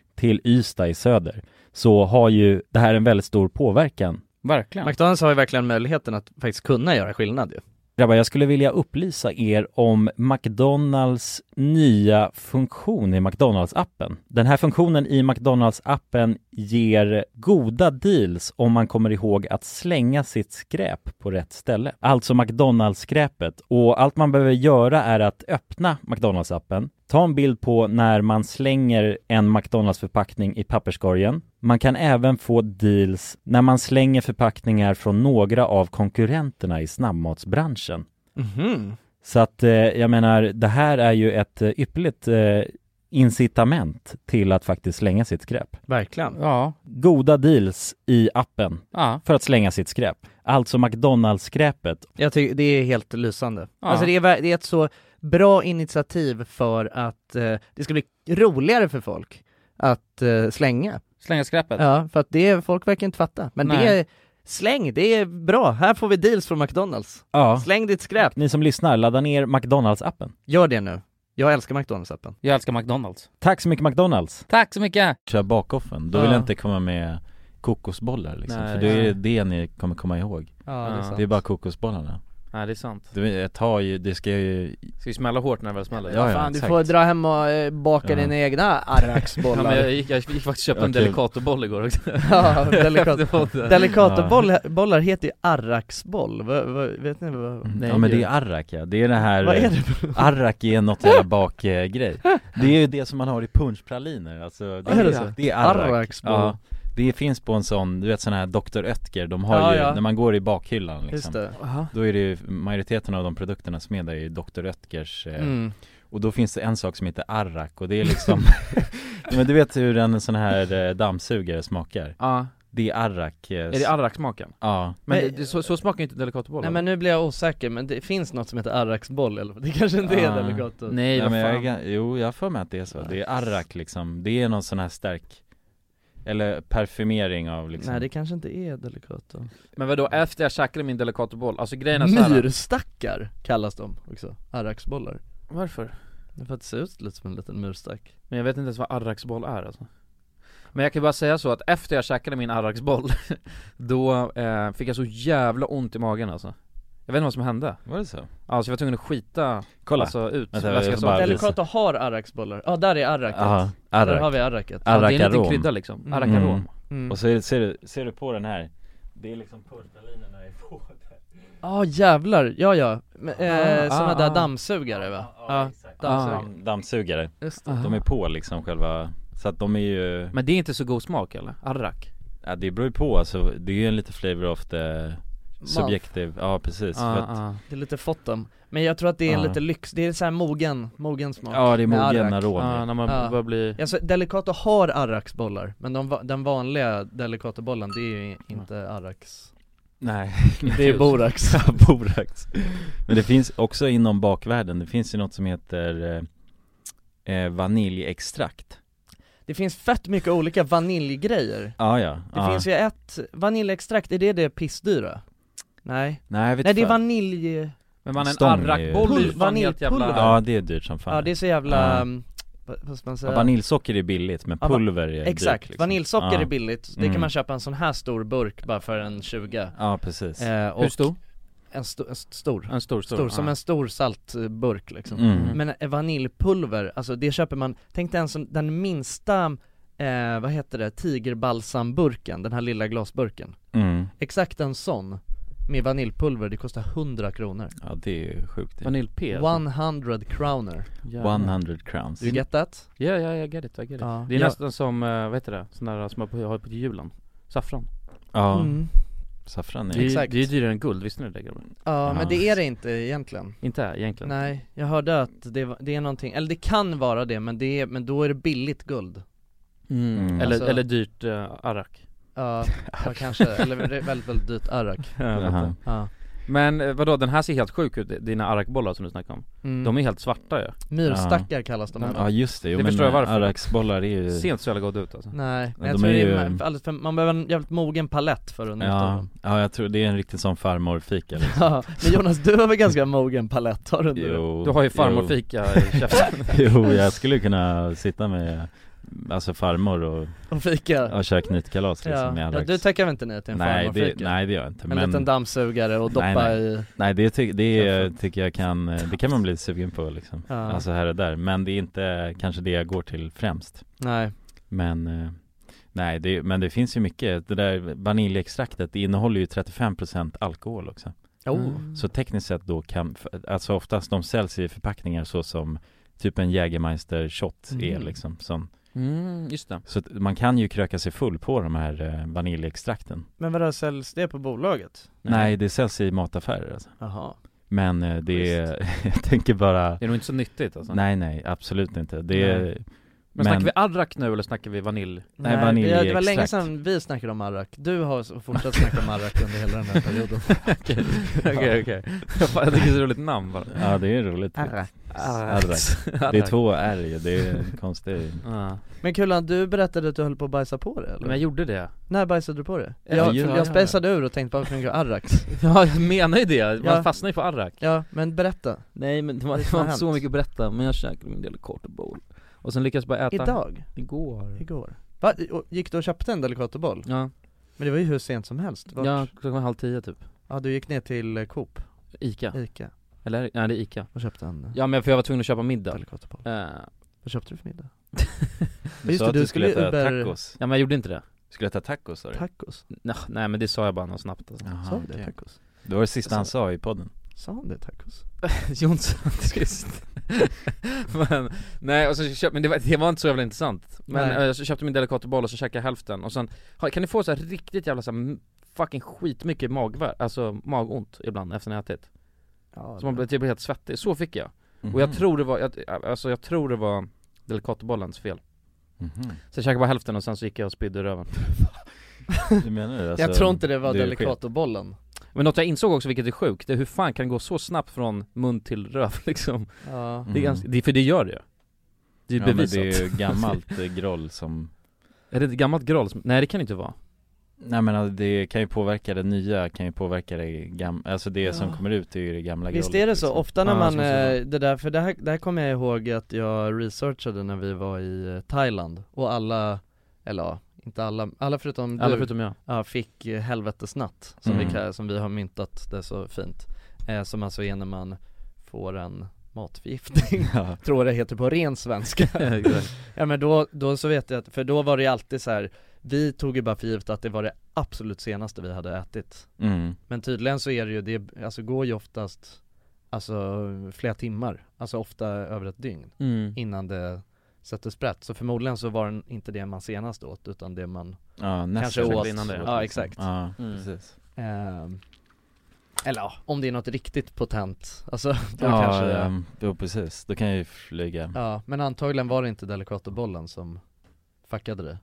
Speaker 6: till Ystad i söder, så har ju det här en väldigt stor påverkan.
Speaker 3: Verkligen
Speaker 1: McDonalds har ju verkligen möjligheten att faktiskt kunna göra skillnad ju
Speaker 6: Grabbar, jag skulle vilja upplysa er om McDonalds nya funktion i McDonalds-appen. Den här funktionen i McDonalds-appen ger goda deals om man kommer ihåg att slänga sitt skräp på rätt ställe. Alltså McDonalds-skräpet. Och allt man behöver göra är att öppna McDonalds-appen, ta en bild på när man slänger en McDonalds-förpackning i papperskorgen. Man kan även få deals när man slänger förpackningar från några av konkurrenterna i snabbmatsbranschen.
Speaker 1: Mhm.
Speaker 6: Så att eh, jag menar, det här är ju ett eh, ypperligt eh, incitament till att faktiskt slänga sitt skräp.
Speaker 1: Verkligen.
Speaker 3: Ja,
Speaker 6: Goda deals i appen
Speaker 3: ja,
Speaker 6: för att slänga sitt skräp. Alltså McDonalds-skräpet.
Speaker 1: Jag tycker det är helt lysande.
Speaker 3: Ja.
Speaker 1: Alltså det är, ver- det är ett så bra initiativ för att eh, det ska bli roligare för folk att eh, slänga.
Speaker 3: slänga skräpet
Speaker 1: Ja, för att det, folk verkar inte fatta. Men det
Speaker 3: Nej.
Speaker 1: är, släng, det är bra. Här får vi deals från McDonalds.
Speaker 6: Ja.
Speaker 1: Släng ditt skräp.
Speaker 6: Ni som lyssnar, ladda ner McDonalds-appen.
Speaker 1: Gör det nu. Jag älskar McDonalds-appen.
Speaker 3: Jag älskar McDonalds
Speaker 6: Tack så mycket McDonalds!
Speaker 3: Tack så mycket!
Speaker 2: Kör bakoffen, då vill
Speaker 1: Ja.
Speaker 2: jag inte komma med kokosbollar liksom,
Speaker 3: Nej,
Speaker 2: för det är
Speaker 3: ja.
Speaker 2: det ni kommer komma ihåg
Speaker 1: Ja,
Speaker 3: det är sant.
Speaker 2: Det är bara kokosbollarna
Speaker 3: Nej det är sant
Speaker 2: det, Jag tar ju, det ska jag ju,
Speaker 3: Ska ju smälla hårt när det väl smäller
Speaker 2: Ja, ja.
Speaker 1: Fan, du
Speaker 2: exakt.
Speaker 1: får dra hem och eh, baka
Speaker 2: Ja.
Speaker 1: dina egna arraxbollar.
Speaker 3: Ja, men jag, gick, jag gick faktiskt och köpte en
Speaker 2: Okej.
Speaker 3: Delicatoboll igår också
Speaker 1: Ja, delikat.
Speaker 3: Det var inte-
Speaker 1: Delicatobollar bollar heter ju arraxboll, va, va, vet ni vad?
Speaker 2: Mm,
Speaker 3: Nej,
Speaker 2: ja men
Speaker 3: det-
Speaker 2: det är arrak ja, det är det här
Speaker 1: Vad är det för
Speaker 2: Arrak är något jävla bakgrej Det är ju det som man har i punschpraliner, alltså det
Speaker 1: Är
Speaker 2: är,
Speaker 1: det
Speaker 2: det
Speaker 1: så?
Speaker 2: är arrak
Speaker 1: Arraksboll.
Speaker 2: Ja, det finns på en sån, du vet sån här Dr. Oetker, de har
Speaker 1: Ja,
Speaker 2: ju,
Speaker 1: ja.
Speaker 2: när man går i bakhyllan
Speaker 1: Just
Speaker 2: liksom
Speaker 1: det.
Speaker 2: Då är det ju, majoriteten av de produkterna som är där är ju Dr. Oetkers eh,
Speaker 1: Mm.
Speaker 2: Och då finns det en sak som heter arrak och det är liksom Men du vet hur en sån här eh, dammsugare smakar?
Speaker 3: Ja,
Speaker 2: Det är arrak eh,
Speaker 3: är det arraksmaken?
Speaker 2: Ja,
Speaker 3: Men
Speaker 1: Men-
Speaker 3: det, det, så, så smakar ju inte Delicatoboll
Speaker 1: Nej men nu blir jag osäker, men det finns något som heter arraxboll eller Det kanske inte
Speaker 2: Ah.
Speaker 1: är delicato?
Speaker 3: Nej,
Speaker 2: Nej
Speaker 3: vad
Speaker 2: men jag, är
Speaker 3: fan
Speaker 2: gan- jo jag har för mig att det är så, det är arrak liksom, det är någon sån här stark Eller parfymering av liksom
Speaker 1: Nej det kanske inte är delicato
Speaker 3: Men vadå, efter jag käkade min Delicatoboll, alltså grejen är så här.
Speaker 1: Myrstackar kallas de också, arraxbollar
Speaker 3: Varför?
Speaker 1: Det är För att det ser ut lite som en liten myrstack
Speaker 3: Men jag vet inte ens vad arraksboll är alltså Men jag kan bara säga så att efter jag käkade min arraksboll Då eh, fick jag så jävla ont i magen alltså Jag vet inte vad som hände
Speaker 2: Var det så?
Speaker 3: Alltså jag var tvungen att skita,
Speaker 2: Kolla!
Speaker 3: alltså ut,
Speaker 2: Vänta, jag
Speaker 3: läska
Speaker 2: får
Speaker 3: saker.
Speaker 2: bara-
Speaker 3: Ja,
Speaker 1: Delicato har arraxbollar, ja där är arraket
Speaker 2: Ja,
Speaker 1: Där har
Speaker 2: arrak,
Speaker 1: vi arraket
Speaker 3: det är en liten
Speaker 2: arrakarom
Speaker 3: krydda liksom,
Speaker 1: Mm.
Speaker 3: arrakarom
Speaker 2: Mm.
Speaker 1: Mm.
Speaker 2: Ah, Och så är det, ser, du, ser du på den här? Det är liksom purpralinerna i på
Speaker 1: Ja jävlar, ja ja, men, eh,
Speaker 3: Ah,
Speaker 1: såna
Speaker 3: ah,
Speaker 1: där
Speaker 3: ah.
Speaker 1: dammsugare va? Ja,
Speaker 2: Ah,
Speaker 1: dammsugare
Speaker 2: den Dammsugare,
Speaker 1: Just det.
Speaker 3: Aha.
Speaker 2: de är på liksom själva Så att de är ju,
Speaker 3: Men det är inte så god smak eller? Arrak?
Speaker 2: ja, det beror ju på alltså, det är ju en lite flavor of the subjective, ja precis
Speaker 3: Ah,
Speaker 2: för att,
Speaker 3: ah.
Speaker 1: Det är lite fottom, men jag tror att det är en
Speaker 2: Ja.
Speaker 1: lite lyx, det är så här mogen, mogen smak
Speaker 2: Ah. Ja det är
Speaker 1: Med
Speaker 2: mogen
Speaker 1: arrak.
Speaker 2: arom
Speaker 3: Ah,
Speaker 2: ja.
Speaker 3: när man
Speaker 1: Ja.
Speaker 3: börjar bli...
Speaker 1: Alltså Delicato har arraxbollar, men de, va- den vanliga Delicato-bollen det är ju inte arrax
Speaker 2: Nej,
Speaker 1: Det är borax
Speaker 2: Ja, borax Men det finns också inom bakvärlden, det finns ju något som heter eh, eh, vaniljextrakt
Speaker 1: Det finns fett mycket olika vaniljgrejer
Speaker 2: Ja ja,
Speaker 1: Det
Speaker 2: ja.
Speaker 1: finns ju ett, vaniljextrakt, är det det pissdyra? Nej,
Speaker 2: Nej jag vet
Speaker 1: nej det är
Speaker 2: fan.
Speaker 1: vanilj,
Speaker 3: Men man en
Speaker 2: Stång är ju-
Speaker 3: arrakboll är ju fan
Speaker 1: Vaniljpulver.
Speaker 3: helt jävla...
Speaker 2: Ja det är dyrt som fan
Speaker 1: ja det är så jävla,
Speaker 2: Ja.
Speaker 1: um, vad vad ska man
Speaker 2: Ja,
Speaker 1: säga?
Speaker 2: vaniljsocker är billigt men
Speaker 1: Ja, va-
Speaker 2: pulver är
Speaker 1: Exakt,
Speaker 2: dyrt liksom.
Speaker 1: vaniljsocker
Speaker 2: Ja.
Speaker 1: är billigt, det kan
Speaker 2: Mm.
Speaker 1: man köpa en sån här stor burk bara för en 20
Speaker 2: Ja precis
Speaker 1: eh, och
Speaker 3: Hur stor?
Speaker 1: En, sto- en st- stor,
Speaker 3: En stor, stor,
Speaker 1: stor, som en stor saltburk liksom
Speaker 2: Mm.
Speaker 1: Men eh, vaniljpulver, alltså det köper man, tänk dig en som den minsta, eh, vad heter det, tigerbalsamburken, den här lilla glasburken
Speaker 2: Mm.
Speaker 1: Exakt en sån med vaniljpulver, det kostar 100 kronor
Speaker 2: Ja det är ju sjukt det.
Speaker 3: Vanilj-P
Speaker 1: 100 kronor,
Speaker 3: alltså. Jävlar.
Speaker 2: 100 crowns
Speaker 1: you get that?
Speaker 3: Ja, ja, jag get it, I get it.
Speaker 1: Ja.
Speaker 3: Det är
Speaker 1: Ja.
Speaker 3: nästan som, eh, vad heter det, sån där som man på- har på julen? Saffran.
Speaker 2: Ja,
Speaker 1: Mm.
Speaker 2: saffran
Speaker 3: Det är,
Speaker 2: är
Speaker 1: Exakt.
Speaker 3: det är dyrare än guld, visste ni det grabbar?
Speaker 1: Ja men
Speaker 2: Ja.
Speaker 1: det är det inte egentligen
Speaker 3: Inte egentligen.
Speaker 1: Nej, jag hörde att det, var- det är någonting, eller det kan vara det men det är, men då är det billigt guld
Speaker 3: Mm.
Speaker 2: Mm.
Speaker 3: Eller,
Speaker 1: Alltså-
Speaker 3: eller dyrt eh, arrak.
Speaker 1: Ja, ja kanske, eller det är väldigt väldigt dyrt arrak
Speaker 2: Jaha.
Speaker 1: ja.
Speaker 3: Men eh, vadå, den här ser helt sjuk ut, dina arrakbollar som du snackade om.
Speaker 1: mm.
Speaker 3: De är helt svarta ju.
Speaker 1: Myrstackar kallas de här
Speaker 2: Ja just det, jo,
Speaker 3: Det
Speaker 2: men
Speaker 3: förstår jag varför.
Speaker 2: arraksbollar är ju
Speaker 3: Ser inte så jävla god ut alltså.
Speaker 1: Nej, men
Speaker 2: Men
Speaker 1: jag
Speaker 2: de
Speaker 1: tror
Speaker 2: är
Speaker 1: det
Speaker 2: ju-
Speaker 1: är ma- alldeles för, man behöver en jävligt mogen palett för att njuta av
Speaker 2: ja.
Speaker 1: dem
Speaker 2: ja, jag tror det är en riktig sån farmorfika liksom.
Speaker 1: Ja, men Jonas du har väl ganska mogen palett, har du inte det?
Speaker 2: Jo,
Speaker 3: Du har ju
Speaker 2: jo.
Speaker 3: farmorfika i käften.
Speaker 2: Jo, jag skulle kunna sitta med Alltså farmor och,
Speaker 1: Och fika?
Speaker 2: och köra knytkalas liksom
Speaker 1: Ja,
Speaker 2: med
Speaker 1: ja
Speaker 2: Alex
Speaker 1: du tackar väl inte nej till en
Speaker 2: nej, det,
Speaker 1: farmorfika?
Speaker 2: nej det gör jag inte
Speaker 1: En liten
Speaker 2: men,
Speaker 1: dammsugare och doppa
Speaker 2: Nej, nej.
Speaker 1: i...
Speaker 2: nej det, ty, det är, tycker jag kan, eh, det kan man bli sugen på liksom
Speaker 1: Ja,
Speaker 2: Alltså här och där, men det är inte kanske det jag går till främst
Speaker 1: nej
Speaker 2: Men eh, Nej, det, men det finns ju mycket. Det där vaniljextraktet, det innehåller ju 35% alkohol också.
Speaker 1: Oh.
Speaker 3: Mm.
Speaker 2: Så tekniskt sett då kan, alltså oftast de säljs i förpackningar så som typ en Jägermeister shot är
Speaker 3: Mm.
Speaker 2: liksom. Som,
Speaker 3: Mm, just det
Speaker 2: så att man kan ju kröka sig full på de här eh, vaniljextrakten.
Speaker 1: Men vadå, säljs det på bolaget?
Speaker 2: Nej. det säljs i mataffärer alltså.
Speaker 1: Jaha
Speaker 2: Men eh, det, är- jag tänker bara,
Speaker 3: Det är nog inte så nyttigt alltså
Speaker 2: nej nej, absolut inte. Det är,
Speaker 3: Men snackar vi Adrak nu eller snackar vi vanilj?
Speaker 2: Nej, vanilj
Speaker 1: vi-
Speaker 2: är
Speaker 1: Det var länge
Speaker 2: extrakt.
Speaker 1: sedan vi snackade om Arak, du har så- fortsatt snacka om Arak under hela den här perioden
Speaker 3: Okej, okej, okej Jag fan, jag tycker det är ett roligt namn bara
Speaker 2: ja det är roligt. Arrak. Det är två R ju, det är konstigt.
Speaker 3: Ja.
Speaker 1: Men Kulan, du berättade att du höll på att bajsa på det eller?
Speaker 3: Men jag gjorde det
Speaker 1: När bajsade du på det?
Speaker 3: Ja,
Speaker 1: Jag,
Speaker 3: ju-
Speaker 1: jag spejsade ur och tänkte bara för mycket Arrax
Speaker 3: Ja jag menar ju det, man
Speaker 1: Ja.
Speaker 3: fastnar ju på Arrak
Speaker 1: Ja, men berätta,
Speaker 4: Nej men det var, det
Speaker 1: har
Speaker 4: var inte så
Speaker 1: hänt.
Speaker 4: mycket att berätta, men jag käkade min del Carter Bowl
Speaker 3: Och sen lyckades jag bara äta
Speaker 1: idag,
Speaker 4: Igår
Speaker 1: igår Va? Och Gick du och köpte en delikatoboll?
Speaker 3: Ja,
Speaker 1: Men det var ju hur sent som helst, Vart?
Speaker 3: ja
Speaker 1: Ja.
Speaker 3: klockan halv tio typ
Speaker 1: du gick ner till eh, Coop,
Speaker 3: Ica,
Speaker 1: Ica,
Speaker 3: eller? Nej det är Ica
Speaker 1: och köpte en eh,
Speaker 3: Ja men för jag var tvungen att köpa middag
Speaker 1: delikatoboll
Speaker 3: Eh,
Speaker 1: Vad köpte du för middag?
Speaker 2: Du
Speaker 1: Just
Speaker 2: sa
Speaker 1: det,
Speaker 2: att
Speaker 1: du
Speaker 2: du
Speaker 1: skulle
Speaker 2: skulle äta
Speaker 1: Uber-
Speaker 2: tacos.
Speaker 3: Ja men jag gjorde inte det
Speaker 2: Skulle äta tacos sa du?
Speaker 1: Tacos?
Speaker 3: Nå, Nej men det sa jag bara något snabbt alltså.
Speaker 2: Jaha,
Speaker 1: Sa han det?
Speaker 2: okej.
Speaker 1: Tacos?
Speaker 2: Det var det sista han sa i podden
Speaker 1: Sa han det? Tacos?
Speaker 3: Jonsson, tyst Men, nej och så köpte, men det var, det var inte så jävla intressant Men
Speaker 1: Nej.
Speaker 3: eh, så köpte min delikatoboll och så käkade jag hälften och sen, har- kan ni få så här riktigt jävla så här, m- fucking skitmycket magvärk, alltså magont ibland efter ni har ätit?
Speaker 1: Ja,
Speaker 3: Så man blir typ helt svettig, så fick jag
Speaker 2: mm
Speaker 3: Och jag tror det var, jag, alltså jag tror det var delikatobollens fel
Speaker 2: Mhm.
Speaker 3: Så jag käkade bara hälften och sen så gick jag och spydde i röven
Speaker 2: Du menar det? Alltså,
Speaker 1: Jag tror inte det var
Speaker 2: det är
Speaker 1: delikatobollen
Speaker 3: Men något jag insåg också vilket är sjukt, det är hur fan kan det gå så snabbt från mun till röv liksom?
Speaker 1: Ja,
Speaker 3: Det är ganska, det, för det gör det ju Det är ju
Speaker 2: ja, men
Speaker 3: bevisat
Speaker 2: det är ju gammalt eh, groll som
Speaker 3: Är det ett gammalt groll? som- Nej det kan det inte vara
Speaker 2: Nej men alltså, det kan ju påverka det nya, kan ju påverka det gamla, alltså det
Speaker 1: Ja.
Speaker 2: som kommer ut är ju det gamla
Speaker 1: Visst
Speaker 2: grollet,
Speaker 1: är det så,
Speaker 2: liksom.
Speaker 1: ofta när
Speaker 3: Ja,
Speaker 1: man,
Speaker 3: som jag
Speaker 1: eh, det där, för det här, det här kommer jag ihåg att jag researchade när vi var i eh, Thailand och alla, eller ja, inte alla, alla förutom
Speaker 3: Alla
Speaker 1: du,
Speaker 3: förutom jag
Speaker 1: ja, fick eh, helvetesnatt som,
Speaker 2: Mm.
Speaker 1: vi, kallar- som vi har myntat det så fint eh, Som alltså är när man får en matförgiftning,
Speaker 2: Ja,
Speaker 1: tror jag det heter på ren svenska Ja men då, då så vet jag att, för då var det ju alltid så här. vi tog ju bara för givet att det var det absolut senaste vi hade ätit
Speaker 2: mm.
Speaker 1: men tydligen så är det ju, det alltså går ju oftast Alltså flera timmar, alltså ofta över ett dygn
Speaker 3: mm.
Speaker 1: innan det sätter sprätt Så förmodligen så var den inte det man senast åt utan det man
Speaker 2: ja
Speaker 1: Kanske
Speaker 2: nästan
Speaker 1: åt-
Speaker 2: innan det.
Speaker 1: ja, exakt.
Speaker 2: Ja,
Speaker 4: Mm.
Speaker 2: precis
Speaker 1: ehm, Eller ja, om det är något riktigt potent Alltså då
Speaker 2: Ja,
Speaker 1: kanske det
Speaker 2: ehm, jo precis, då kan jag ju flyga
Speaker 1: Ja, men antagligen var det inte Delicatobollen som fuckade det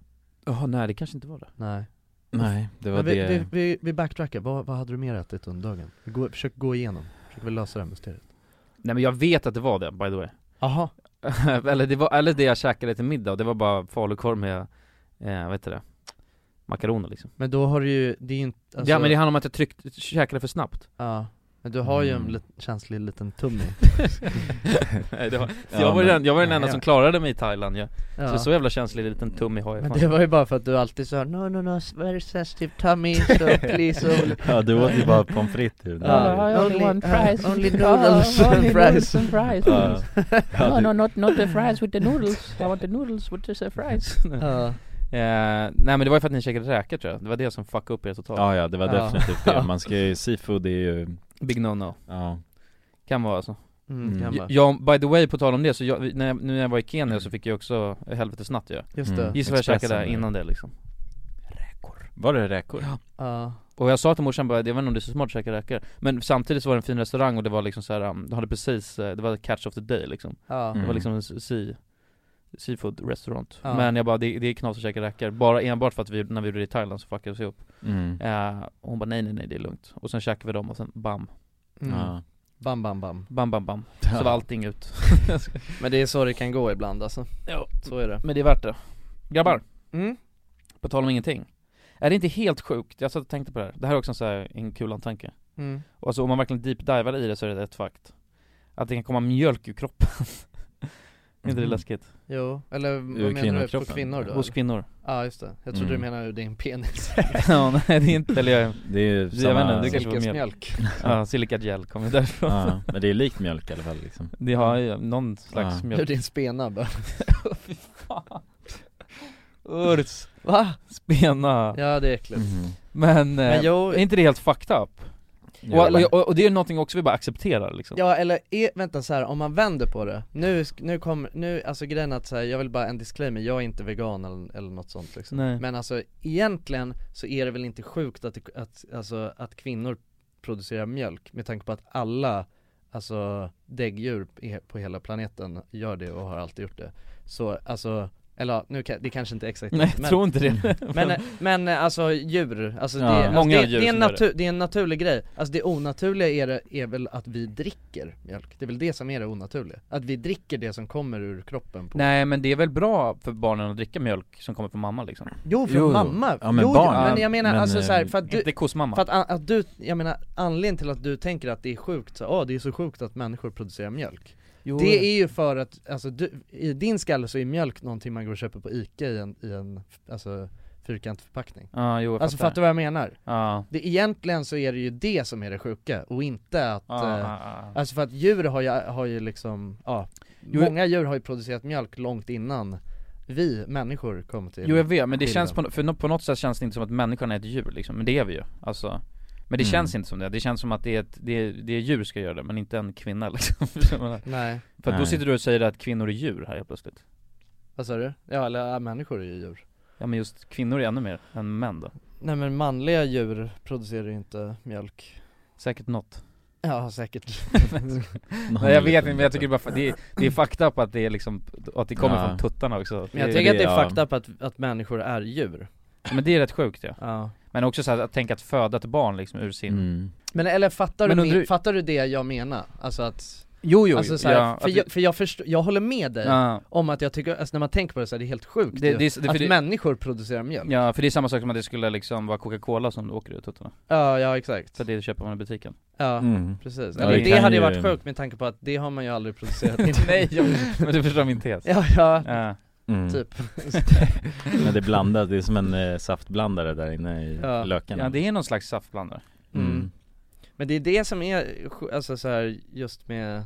Speaker 3: Jaha, nej det kanske inte var det
Speaker 1: Nej
Speaker 2: Nej, det var
Speaker 1: men vi,
Speaker 2: det
Speaker 1: vi, vi, vi backtrackar, vad, vad hade du mer ätit under dagen? Vi går, försök gå igenom, försök vi lösa det här mysteriet
Speaker 3: Nej men jag vet att det var det, by the way
Speaker 1: Jaha,
Speaker 3: eller, det var, eller det jag käkade till middag, det var bara falukorv med, eh, vad heter det? Makaroner liksom
Speaker 1: men då har du ju, det är ju inte alltså-
Speaker 3: Ja men det handlar om att jag tryckte, käkade för snabbt
Speaker 1: Ja, men du har ju en
Speaker 2: Mm.
Speaker 1: lit- känslig liten tummi
Speaker 3: Nej, det var,
Speaker 2: Ja,
Speaker 3: jag, var
Speaker 2: men-
Speaker 3: den, jag var den
Speaker 1: Ja,
Speaker 3: enda
Speaker 1: ja.
Speaker 3: som klarade mig i Thailand ju,
Speaker 1: ja.
Speaker 3: så så jävla känslig liten tummi har jag
Speaker 1: Men
Speaker 3: fan.
Speaker 1: det var ju bara för att du alltid sa 'No, no, no, very sensitive tummy, so please oh." only,
Speaker 2: Ja du åt ju bara pommes frites ju
Speaker 1: Ja,
Speaker 4: I only want fries.
Speaker 1: uh, only noodles and fries'
Speaker 4: fries
Speaker 2: Ja. Ja, det-
Speaker 4: not, not the fries with the noodles I want the noodles with the fries
Speaker 1: Ja,
Speaker 3: eh, Nej men det var ju för att ni käkade räkor tror jag, det var det som fuckade upp er totalt
Speaker 2: Ja, ja det var
Speaker 1: Ja.
Speaker 2: definitivt det, man ska ju, seafood är ju,
Speaker 3: Big no no,
Speaker 2: ja
Speaker 3: kan vara alltså
Speaker 1: mm,
Speaker 2: Mm.
Speaker 1: kan
Speaker 3: Ja,
Speaker 1: vara. Mm.
Speaker 3: ja, by the way, på tal om det, så jag, när jag, nu när jag var i Kenya så fick jag också helvetesnatt ju
Speaker 1: just
Speaker 2: Mm.
Speaker 1: det,
Speaker 3: Gissa vad jag
Speaker 2: Expressen,
Speaker 3: käkade
Speaker 2: eller?
Speaker 3: innan det liksom
Speaker 2: Var det räkor?
Speaker 1: ja,
Speaker 3: Och jag sa till morsan bara, jag vet inte om det är så smart att käka räkor Men samtidigt så var det en fin restaurang och det var liksom så här, um, de hade precis, eh, det var catch of the day liksom
Speaker 1: ja,
Speaker 3: Det
Speaker 2: Mm.
Speaker 3: var liksom en sea, seafood restaurant
Speaker 1: Ja.
Speaker 3: Men jag bara, det, det är knas att käka räkor, bara enbart för att vi, när vi gjorde det i Thailand så fuckade vi upp
Speaker 2: Mm.
Speaker 3: eh, Och hon bara nej nej nej det är lugnt Och sen käkade vi dem och sen bam,
Speaker 1: mm.
Speaker 2: Ja.
Speaker 1: bam bam bam
Speaker 3: bam bam bam Så var allting ut
Speaker 1: Men det är så det kan gå ibland alltså,
Speaker 3: Ja.
Speaker 1: så är det
Speaker 3: Men det är värt det Grabbar,
Speaker 1: mm.
Speaker 3: på tal om ingenting Är det inte helt sjukt? Jag satt och tänkte på det här, det här är också en, så här, en kulan-tanke
Speaker 1: Mm.
Speaker 3: Och alltså om man verkligen deep-divar i det så är det ett fakt Att det kan komma mjölk ur kroppen Är
Speaker 1: Mm.
Speaker 3: inte det
Speaker 2: Mhm.
Speaker 3: läskigt?
Speaker 1: Jo, eller vad
Speaker 2: Ur
Speaker 1: menar du? På
Speaker 2: kvinnokroppen?
Speaker 1: kvinnor då?
Speaker 3: Hos
Speaker 1: eller?
Speaker 3: kvinnor
Speaker 1: Ja just det, jag trodde
Speaker 2: Mm.
Speaker 1: du menade ur din penis
Speaker 3: Ja, nej det är inte, eller jag,
Speaker 2: Det är ju samma...
Speaker 3: vet inte, det kanske var
Speaker 1: Silkesmjölk
Speaker 3: ja, silikagel kommer därifrån
Speaker 2: Ja, men det är likt mjölk i alla fall liksom
Speaker 3: Det har ju någon slags
Speaker 2: Ja.
Speaker 1: Ur
Speaker 3: mjölk
Speaker 1: din spena bara
Speaker 3: Urs!
Speaker 1: Va?
Speaker 3: spena
Speaker 1: Ja det är äckligt
Speaker 2: Mm.
Speaker 3: Men,
Speaker 1: Men
Speaker 3: eh,
Speaker 1: jo,
Speaker 3: är inte det helt fucked up?
Speaker 2: Jo.
Speaker 3: Och, och, och, och det är ju någonting också vi bara accepterar liksom
Speaker 1: ja eller är, vänta så här, om man vänder på det, nu, sk- nu kommer, nu, alltså grejen är att så här, jag vill bara en disclaimer, jag är inte vegan eller, eller något sånt liksom
Speaker 3: Nej.
Speaker 1: Men alltså egentligen så är det väl inte sjukt att, det- att, alltså, att kvinnor producerar mjölk med tanke på att alla alltså, däggdjur i- på hela planeten gör det och har alltid gjort det. Så alltså, eller ja, nu kan, det kanske inte är exakt
Speaker 3: Nej jag
Speaker 1: men,
Speaker 3: tror inte det
Speaker 1: men, eh, men eh, alltså djur, alltså,
Speaker 2: Ja.
Speaker 1: det, alltså
Speaker 3: Många
Speaker 1: det,
Speaker 3: djur
Speaker 1: det, är en
Speaker 3: som gör
Speaker 1: natur, det är en naturlig grej. Alltså det onaturliga är, det, är väl att vi dricker mjölk, det är väl det som är det onaturliga. Att vi dricker det som kommer ur kroppen på
Speaker 3: Nej men det är väl bra för barnen att dricka mjölk som kommer från mamma liksom?
Speaker 1: Jo för
Speaker 2: Jo, jo.
Speaker 1: mamma,
Speaker 2: Ja, men
Speaker 1: jo,
Speaker 2: barn,
Speaker 1: men
Speaker 2: ja.
Speaker 1: jag menar
Speaker 2: Men,
Speaker 1: alltså så här,
Speaker 2: eh,
Speaker 1: för att du,
Speaker 3: Inte kosmamma?
Speaker 1: För att, an- att du, jag menar anledningen till att du tänker att det är sjukt, så, ah det är så sjukt att människor producerar mjölk
Speaker 3: Jo.
Speaker 1: Det är ju för att, alltså du, i din skalle så är mjölk någonting man går och köper på ICA i en, i en alltså, fyrkantig förpackning
Speaker 3: Ja, jo jag
Speaker 1: Alltså fattar du vad jag menar?
Speaker 3: Ja,
Speaker 1: Det, egentligen så är det ju det som är det sjuka, och inte att
Speaker 3: ja,
Speaker 1: eh,
Speaker 3: ja, ja.
Speaker 1: Alltså för att djur har ju, har ju liksom, ja,
Speaker 3: Jo, jag-
Speaker 1: många djur har ju producerat mjölk långt innan vi människor kom till
Speaker 3: Jo jag vet, men det
Speaker 1: bilden.
Speaker 3: känns på, no- för no- på något sätt känns det inte som att människan är ett djur liksom, men det är vi ju Alltså men det
Speaker 2: Mm.
Speaker 3: känns inte som det, det känns som att det är ett, det är, det är djur ska göra det, men inte en kvinna liksom För
Speaker 1: Nej,
Speaker 3: att då
Speaker 2: Nej.
Speaker 3: sitter du och säger att kvinnor är djur här helt plötsligt
Speaker 1: vad sa du? Ja eller ja, människor är ju djur
Speaker 3: Ja men just kvinnor är ännu mer än män då
Speaker 1: Nej men manliga djur producerar ju inte mjölk
Speaker 3: Säkert något
Speaker 1: Ja säkert
Speaker 2: Någon
Speaker 3: Nej jag vet
Speaker 2: liten-
Speaker 3: inte men jag tycker bara fa- det är, det är fucked up att det är liksom, att det kommer
Speaker 2: Ja.
Speaker 3: från tuttarna också
Speaker 1: Men jag
Speaker 3: Det-
Speaker 1: tycker att det
Speaker 2: ja.
Speaker 1: är fucked up att, att människor är djur
Speaker 3: Men det är rätt sjukt ja
Speaker 1: Ja
Speaker 3: Men också så här, att tänka att föda ett barn liksom ur sin
Speaker 2: Mm.
Speaker 1: Men eller fattar,
Speaker 3: Men
Speaker 1: du,
Speaker 3: undrar-
Speaker 1: min, fattar du det jag menar? Alltså att,
Speaker 3: Jo jo,
Speaker 1: alltså så här,
Speaker 3: ja,
Speaker 1: för,
Speaker 3: att-
Speaker 1: jag, för jag förstår, jag håller med dig
Speaker 3: ja.
Speaker 1: om att jag tycker, alltså när man tänker på det så här, det är helt sjukt
Speaker 3: Det-
Speaker 1: ju,
Speaker 3: det är så- det- för
Speaker 1: att
Speaker 3: det-
Speaker 1: människor producerar mjölk
Speaker 3: ja, för det är samma sak som att det skulle liksom vara Coca-Cola som åker ur tuttarna
Speaker 1: Ja, ja exakt
Speaker 3: Så det köper man i butiken
Speaker 1: Ja,
Speaker 2: Mm.
Speaker 1: precis,
Speaker 2: Ja,
Speaker 1: Eller,
Speaker 2: det
Speaker 1: det,
Speaker 2: kan
Speaker 1: hade ju
Speaker 2: ju-
Speaker 1: varit sjukt med tanke på att det har man ju aldrig producerat innan
Speaker 3: Nej, men du förstår min tes
Speaker 1: Ja, ja,
Speaker 3: Ja.
Speaker 2: Mm.
Speaker 1: typ
Speaker 2: Men det är blandat, det är som en eh, saftblandare där inne i
Speaker 1: Ja.
Speaker 2: lökarna
Speaker 3: ja, det är någon slags saftblandare
Speaker 1: Mm. Men det är det som är, sj- alltså så här, just med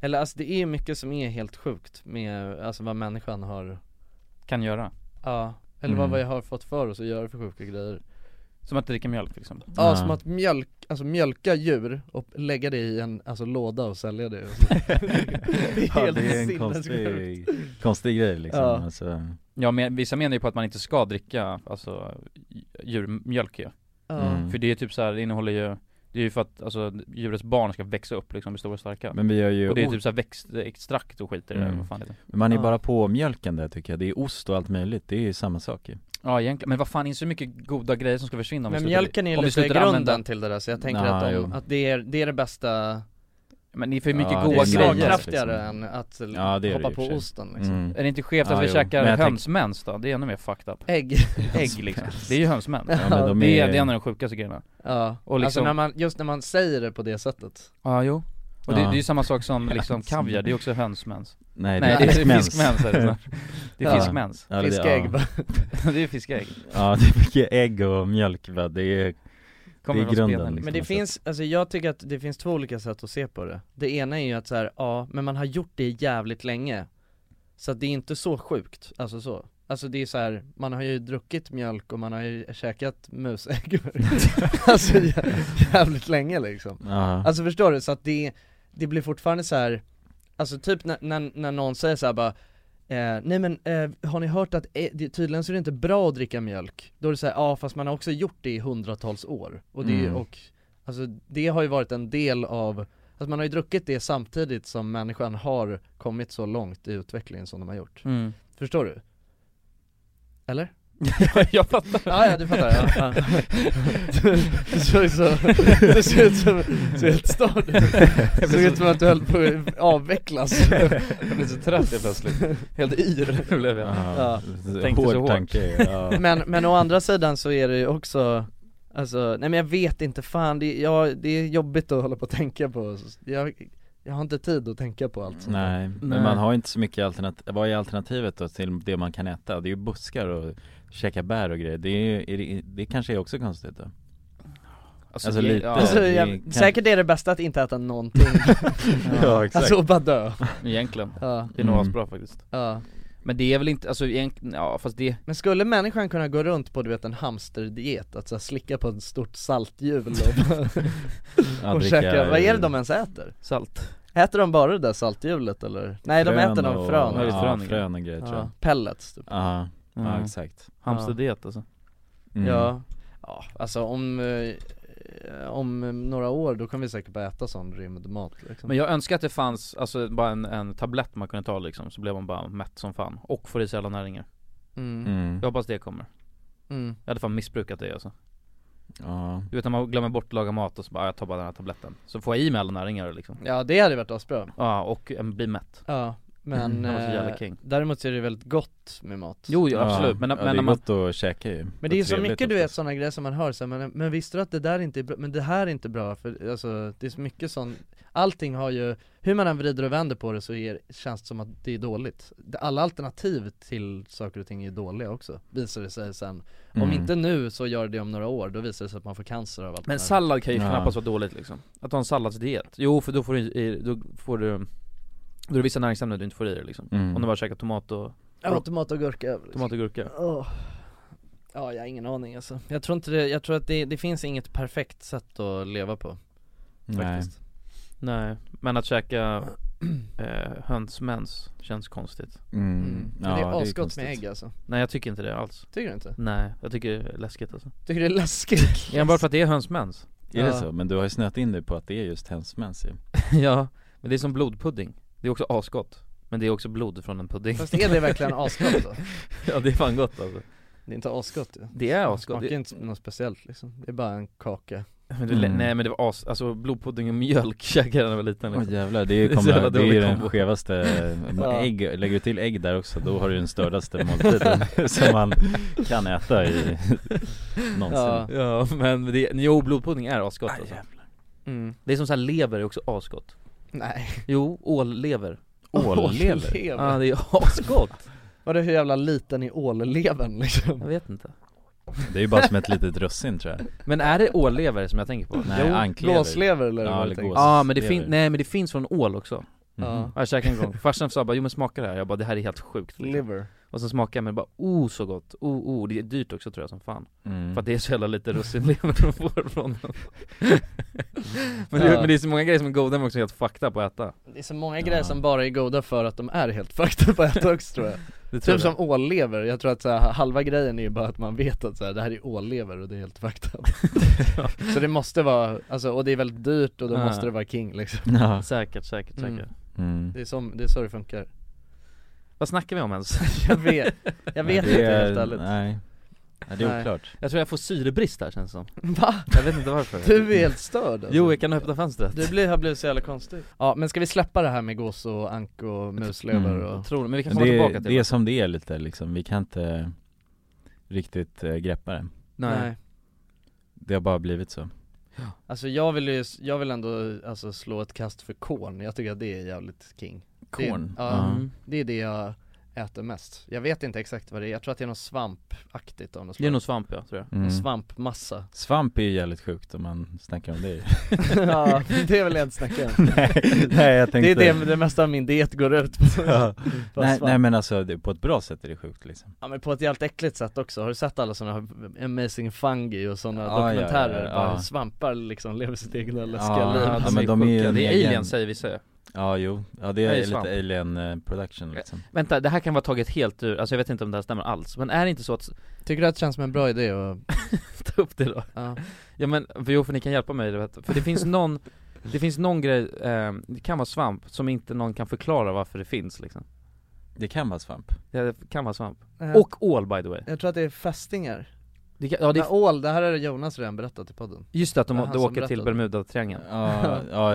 Speaker 1: Eller alltså det är mycket som är helt sjukt med, alltså vad människan har
Speaker 3: Kan göra
Speaker 1: Ja, eller vad
Speaker 2: Mm.
Speaker 1: vi har fått för oss att göra för sjuka grejer
Speaker 3: Som att dricka mjölk liksom
Speaker 1: Ja,
Speaker 2: Ja.
Speaker 1: som att mjölk, alltså mjölka djur och lägga det i en, alltså låda och sälja det Det är
Speaker 2: ja,
Speaker 1: helt
Speaker 2: det är en
Speaker 1: sinnessjukt.
Speaker 2: konstig, konstig grej liksom
Speaker 1: Ja.
Speaker 2: alltså,
Speaker 3: Ja men vissa menar ju på att man inte ska dricka, alltså djurmjölk ju
Speaker 1: Ja,
Speaker 2: Mm.
Speaker 3: För det är ju typ så här, det innehåller ju Det är ju för att alltså, djurets barn ska växa upp liksom, bli stora och starka
Speaker 2: Men vi gör ju,
Speaker 3: Och det är
Speaker 2: o-
Speaker 3: typ så här växtextrakt och skit i det
Speaker 2: Mm.
Speaker 3: eller vad fan heter det?
Speaker 2: men man är
Speaker 1: Ja.
Speaker 2: bara på mjölken där tycker jag, det är ost och allt möjligt, det är ju samma sak ju
Speaker 3: Ja egentligen, men vad fan, det är så mycket goda grejer som ska försvinna om vi
Speaker 1: Men
Speaker 3: slutar-
Speaker 1: mjölken är ju
Speaker 3: om vi
Speaker 1: lite
Speaker 3: slutar
Speaker 1: grunden
Speaker 3: använda-
Speaker 1: till det där så jag tänker
Speaker 2: Ja,
Speaker 1: att,
Speaker 2: jo.
Speaker 1: de, att det, är, det är det bästa,
Speaker 3: Men det är för mycket
Speaker 2: Ja,
Speaker 1: det
Speaker 3: goda
Speaker 1: är
Speaker 2: grejer,
Speaker 3: grejer
Speaker 1: slagkraftigare
Speaker 2: liksom.
Speaker 1: än att
Speaker 2: Ja, det är det
Speaker 1: hoppa
Speaker 2: i och
Speaker 1: på
Speaker 2: för sig.
Speaker 1: osten liksom
Speaker 2: Mm.
Speaker 3: Är det inte skevt att
Speaker 2: Ja,
Speaker 3: vi
Speaker 2: jo.
Speaker 3: käkar
Speaker 2: Men jag tänk-
Speaker 3: hönsmens då? Det är ännu mer fucked up
Speaker 2: Mm.
Speaker 1: Ägg,
Speaker 3: Ägg liksom, det är ju hönsmän
Speaker 2: Ja, men de
Speaker 3: det,
Speaker 2: är,
Speaker 3: är, det är en av de sjukaste grejerna
Speaker 1: ja,
Speaker 3: Och liksom-
Speaker 1: alltså när man, just när man säger det på det sättet
Speaker 3: Ja jo Och det,
Speaker 2: Ja.
Speaker 3: det är ju samma sak som liksom
Speaker 2: Hönsmän.
Speaker 3: kaviar, det är också hönsmens
Speaker 2: nej,
Speaker 3: Nej det är
Speaker 2: fiskmens.
Speaker 3: fiskmens är det snart. Det är
Speaker 1: Ja.
Speaker 3: fiskmens,
Speaker 2: Ja, liksom det är-
Speaker 1: Fiskägg
Speaker 2: ja.
Speaker 1: bara
Speaker 3: det är fiskägg
Speaker 2: ja, det är mycket ägg och mjölk va? det är,
Speaker 3: Kommer
Speaker 2: Det är
Speaker 3: från
Speaker 2: grunden,
Speaker 3: spenen,
Speaker 2: liksom.
Speaker 1: Men det
Speaker 2: man säga.
Speaker 1: finns, alltså jag tycker att det finns två olika sätt att se på det Det ena är ju att så här, ja, men man har gjort det jävligt länge Så att det är inte så sjukt, alltså så Alltså det är så här, man har ju druckit mjölk och man har ju käkat musägg Alltså jä- jävligt länge liksom
Speaker 2: ja,
Speaker 1: Alltså förstår du? Så att det, det blir fortfarande så här. Alltså typ när, när, när någon säger så här bara Eh, nej men eh, har ni hört att eh, det, tydligen så är det inte bra att dricka mjölk? Då är det såhär, ja fast man har också gjort det i hundratals år och det,
Speaker 2: Mm.
Speaker 1: och, alltså, det har ju varit en del av, alltså man har ju druckit det samtidigt som människan har kommit så långt i utvecklingen som de har gjort
Speaker 3: Mm.
Speaker 1: Förstår du? Eller?
Speaker 3: Jag fattar
Speaker 1: Ja, ja du fattar, ja, ja. Du, du såg så, du såg ut som, så helt störd Det såg ut som att du höll på att avvecklas
Speaker 3: Jag blev så trött helt plötsligt, helt yr blev jag
Speaker 2: ja.
Speaker 3: Tänkte
Speaker 2: hård
Speaker 3: så hårt.
Speaker 2: tanke ja.
Speaker 1: Men, men å andra sidan så är det ju också Alltså, nej men jag vet inte fan, det, ja, det är jobbigt att hålla på och tänka på jag, jag har inte tid att tänka på allt sånt där.
Speaker 2: Nej, men
Speaker 3: Nej.
Speaker 2: man har ju inte så mycket alternativ, vad är alternativet då till det man kan äta? Det är ju buskar och käka bär och grejer, det, är ju, är det, det kanske är också konstigt då Alltså
Speaker 3: det-
Speaker 2: lite.
Speaker 3: ja,
Speaker 1: Alltså,
Speaker 2: det
Speaker 1: jag,
Speaker 2: kan-
Speaker 1: Säkert är det bästa att inte äta någonting,
Speaker 2: Ja,
Speaker 1: alltså och bara dö
Speaker 3: Egentligen,
Speaker 1: Ja,
Speaker 3: det är nog
Speaker 2: Mm.
Speaker 3: asbra faktiskt
Speaker 1: ja
Speaker 3: Men det är väl inte, alltså egentligen, ja fast det
Speaker 1: Men skulle människan kunna gå runt på du vet en hamsterdiet, att så här, slicka på ett stort salthjul och, bara-
Speaker 2: Ja,
Speaker 1: och
Speaker 2: dricka-
Speaker 1: käka, vad är det de ens äter?
Speaker 3: Salt
Speaker 1: Äter de bara det där salthjulet eller? Nej de
Speaker 2: frön
Speaker 1: äter de
Speaker 2: och-
Speaker 1: frön,
Speaker 3: Ja,
Speaker 2: Ja,
Speaker 3: frön
Speaker 2: frön,
Speaker 3: och
Speaker 2: och grejer tror jag
Speaker 1: ja. pellets typ.
Speaker 2: Ja, ja
Speaker 3: mm.
Speaker 2: exakt
Speaker 3: Hamsterdiet alltså
Speaker 2: Mm.
Speaker 1: ja. ja, alltså om, eh, om eh, några år då kan vi säkert börja äta sån rymdmat liksom.
Speaker 3: Men jag önskar att det fanns, alltså bara en, en tablett man kunde ta liksom, så blev man bara mätt som fan och får i sig alla näringar
Speaker 1: mm.
Speaker 2: Mm.
Speaker 3: Jag hoppas det kommer
Speaker 1: Mm.
Speaker 3: Jag hade fan missbrukat det alltså
Speaker 2: Ja,
Speaker 3: Du vet när man glömmer bort att laga mat och så bara, "Ah, jag tar bara den här tabletten Så får jag i mig alla näringar liksom
Speaker 1: Ja det hade varit asbra
Speaker 3: Ja och en blir mätt
Speaker 1: Ja, men
Speaker 3: Mm. Det var så jävla
Speaker 1: eh,
Speaker 3: king.
Speaker 1: däremot så är det väldigt gott med mat
Speaker 3: Jo, jo absolut,
Speaker 2: Ja.
Speaker 3: men,
Speaker 2: ja,
Speaker 3: men
Speaker 2: det
Speaker 3: när
Speaker 2: är
Speaker 3: man
Speaker 2: gott att käka ju
Speaker 1: Men det är ju
Speaker 2: Och
Speaker 1: så
Speaker 2: trevligt
Speaker 1: mycket du vet
Speaker 2: också.
Speaker 1: sådana grejer som man hör så här, men, men visste du att det där inte är bra, men det här är inte bra för alltså, det är så mycket sån Allting har ju, hur man än vrider och vänder på det så är, känns det som att det är dåligt Det- Alla alternativ till saker och ting är dåliga också, visar det sig sen Om
Speaker 2: Mm.
Speaker 1: inte nu så gör det om några år, då visar det sig att man får cancer av allt
Speaker 3: Men
Speaker 1: det här.
Speaker 3: sallad kan ju
Speaker 2: Ja.
Speaker 3: knappast vara dåligt liksom Att ha en salladsdiet, jo för då får du, i- då får du Då är det vissa näringsämnen du inte får i dig liksom
Speaker 2: Mm.
Speaker 3: Om du bara käkar tomat och,
Speaker 1: Ja, tomat och gurka
Speaker 3: tomat och gurka
Speaker 1: Åh. Ja, jag har ingen aning alltså. Jag tror inte det, jag tror att det, det finns inget perfekt sätt att leva på
Speaker 2: Nej.
Speaker 1: faktiskt
Speaker 3: Nej, men att käka eh, hönsmens känns konstigt
Speaker 2: Mm.
Speaker 1: mm. Men
Speaker 2: Ja,
Speaker 1: det är asgott
Speaker 2: konstigt.
Speaker 1: med ägg alltså,
Speaker 3: Nej jag tycker inte det alls
Speaker 1: tycker du inte?
Speaker 3: Nej, jag tycker det är läskigt alltså
Speaker 1: Tycker du det är läskigt?
Speaker 3: Enbart för att det är hönsmens
Speaker 2: Är det
Speaker 1: Ja.
Speaker 2: så? Men du har ju snöat in dig på att det är just hönsmens ju
Speaker 3: Ja, men det är som blodpudding Det är också asgott Men det är också blod från en pudding
Speaker 1: Fast är det verkligen asgott då?
Speaker 3: Ja det är fan gott alltså
Speaker 1: Det är inte asgott ju
Speaker 3: Det är asgott
Speaker 1: Smakar inte något speciellt liksom, det är bara en kaka
Speaker 3: Men det,
Speaker 2: Mm.
Speaker 3: Nej men det var as, alltså blodpudding och mjölk käkade jag när jag var liten
Speaker 2: Åh
Speaker 3: liksom.
Speaker 2: jävlar, det
Speaker 3: Det är
Speaker 2: är,
Speaker 3: så
Speaker 2: kommer,
Speaker 3: jävla
Speaker 2: det är
Speaker 3: dålig
Speaker 2: ju den
Speaker 3: kombo.
Speaker 2: skevaste,
Speaker 1: Ja.
Speaker 2: ägg, lägger du till ägg där också då har du den stördaste måltiden som man kan äta i någonsin
Speaker 1: Ja,
Speaker 3: Ja men det, jo blodpudding är asgott
Speaker 2: Aj,
Speaker 3: alltså.
Speaker 2: jävlar.
Speaker 1: mm.
Speaker 3: Det är som såhär lever är också asgott
Speaker 1: nej
Speaker 3: Jo, ållever
Speaker 2: Ållever?
Speaker 3: Ja
Speaker 1: Ållever?
Speaker 3: det är asgott
Speaker 1: Vadå hur jävla liten är ållevern liksom?
Speaker 3: Jag vet inte
Speaker 2: Det är ju bara som ett litet russin tror jag
Speaker 3: Men är det ållever som jag tänker på?
Speaker 2: Nej, anklever
Speaker 1: Gåslever eller
Speaker 2: Ja,
Speaker 1: vad
Speaker 2: eller
Speaker 1: du tänker?
Speaker 2: gås.
Speaker 3: Ja ah, men det
Speaker 2: Åslever.
Speaker 3: finns, nej men det finns från ål också
Speaker 1: Ja,
Speaker 3: Jag käkade en gång, farsan sa bara 'Jo men smaka det här' Jag bara 'Det här är helt sjukt'
Speaker 2: Mm.
Speaker 3: liksom.
Speaker 1: liver
Speaker 3: Och sen smakade jag men bara 'Oh så gott, oh oh' Det är dyrt också tror jag som fan
Speaker 2: Mm.
Speaker 3: För att det är så jävla lite russinlever de får från dem men, det,
Speaker 1: Ja.
Speaker 3: men det är så många grejer som är goda men också helt fucked up att äta
Speaker 1: Det är så många grejer
Speaker 2: Ja.
Speaker 1: som bara är goda för att de är helt fucked på att äta också tror jag
Speaker 3: det tror
Speaker 1: Typ
Speaker 3: jag.
Speaker 1: som ållever, jag tror att så här, halva grejen är ju bara att man vet att så här, det här är ållever och det är helt fucked up Så det måste vara, alltså, och det är väldigt dyrt och då
Speaker 3: Ja.
Speaker 1: måste det vara king liksom
Speaker 2: Ja.
Speaker 3: Säkert, säkert, säkert
Speaker 1: Mm.
Speaker 2: Mm.
Speaker 1: Det är, som, det är så det funkar
Speaker 3: Vad snackar vi om ens?
Speaker 1: Jag vet, jag vet
Speaker 2: Det
Speaker 1: inte
Speaker 2: är-
Speaker 1: helt ärligt
Speaker 2: Nej, nej det
Speaker 1: Nej.
Speaker 2: är oklart
Speaker 3: Jag tror jag får syrebrist här känns det som
Speaker 1: Va?
Speaker 3: Jag vet inte varför
Speaker 1: Du är helt störd alltså.
Speaker 3: Jo, jag kan öppna fönstret
Speaker 1: Du blir, har blivit så jävla konstig Ja men ska vi släppa det här med gås och ank och muslever
Speaker 2: Mm.
Speaker 1: och
Speaker 3: Tror du, men vi kan
Speaker 2: Men
Speaker 3: komma
Speaker 2: det,
Speaker 3: tillbaka
Speaker 2: är-
Speaker 3: till
Speaker 2: det är som det är lite liksom, vi kan inte riktigt eh, greppa det
Speaker 3: Nej,
Speaker 2: Det har bara blivit så
Speaker 1: Alltså jag vill ju, jag vill ändå alltså, slå ett kast för korn, jag tycker att det är jävligt king
Speaker 2: Korn?
Speaker 1: Det- ja. Mm. Det är det jag äter mest. Jag vet inte exakt vad det är, jag tror att det är något svampaktigt av något
Speaker 3: Det är
Speaker 1: slag.
Speaker 3: nog svamp ja, tror jag
Speaker 2: Mm.
Speaker 1: Någon svampmassa
Speaker 2: Svamp är ju jävligt sjukt om man snackar om det
Speaker 1: Ja, det vill jag inte snacka om
Speaker 2: Nej, nej jag
Speaker 1: Det
Speaker 2: tänkte
Speaker 1: är det, det mesta av min diet går ut på
Speaker 2: Ja.
Speaker 1: på
Speaker 2: nej,
Speaker 1: svamp.
Speaker 2: nej men alltså det, på ett bra sätt är det sjukt liksom
Speaker 1: Ja men på ett jävligt äckligt sätt också, har du sett alla sådana amazing fungi och sådana
Speaker 2: Ja, ja, ja,
Speaker 1: dokumentärer?
Speaker 2: ja.
Speaker 1: Bara hur svampar liksom lever sitt egna läskiga
Speaker 2: Ja,
Speaker 1: liv
Speaker 2: ja,
Speaker 1: alltså.
Speaker 2: men de är ju
Speaker 3: sjuka.
Speaker 2: en
Speaker 3: Det är
Speaker 2: egen-
Speaker 3: aliens säger vissa ju.
Speaker 2: Ja jo, ja det är
Speaker 3: Nej,
Speaker 2: lite
Speaker 3: svamp.
Speaker 2: alien eh, production liksom
Speaker 3: Vänta, det här kan vara taget helt ur, alltså jag vet inte om det här stämmer alls Men är det inte så att,
Speaker 1: Tycker du att det känns som en bra idé att,
Speaker 3: ta upp det då?
Speaker 1: ja,
Speaker 3: Ja men, för, jo för ni kan hjälpa mig, du vet. för det finns någon Det finns någon grej, eh, det kan vara svamp, som inte någon kan förklara varför det finns liksom
Speaker 2: Det kan vara svamp
Speaker 3: Det kan vara svamp,
Speaker 1: Eh,
Speaker 3: och ål by the way
Speaker 1: jag tror att det är fästingar,
Speaker 3: det kan, Ja det
Speaker 1: Men ål, det här har Jonas redan berättat i podden
Speaker 3: just det, att de,
Speaker 1: det var han
Speaker 3: de
Speaker 1: som
Speaker 3: åker till
Speaker 1: berättade.
Speaker 3: Bermudatriangeln
Speaker 2: Ja, ja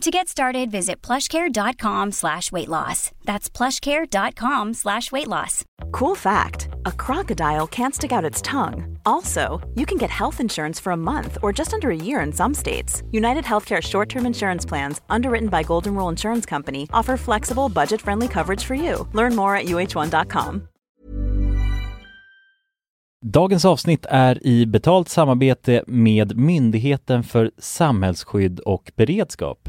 Speaker 7: To get started, visit plushcare.com slash weight loss. That's plushcare.com slash weight loss.
Speaker 5: Cool fact a crocodile can't stick out its tongue. Also, you can get health insurance for a month or just under a year in some states. United Healthcare short term insurance plans, underwritten by Golden Rule Insurance Company, offer flexible, budget friendly coverage for you. Learn more at uh1.com.
Speaker 6: Dagens avsnitt är i betalt samarbete med Myndigheten för samhällsskydd och beredskap,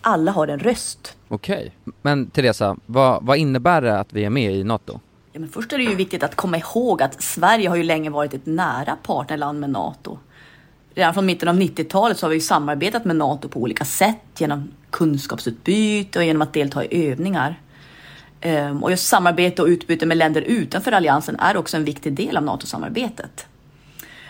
Speaker 8: Alla har en röst.
Speaker 3: okej Men Teresa, vad, vad innebär det att vi är med i NATO?
Speaker 8: Ja, men först är det ju viktigt att komma ihåg att Sverige har ju länge varit ett nära partnerland med Nato. Redan från mitten av 90-talet så har vi ju samarbetat med Nato på olika sätt genom kunskapsutbyte och genom att delta i övningar. Ehm, Och just samarbete och utbyte med länder utanför alliansen är också en viktig del av NATO-samarbetet.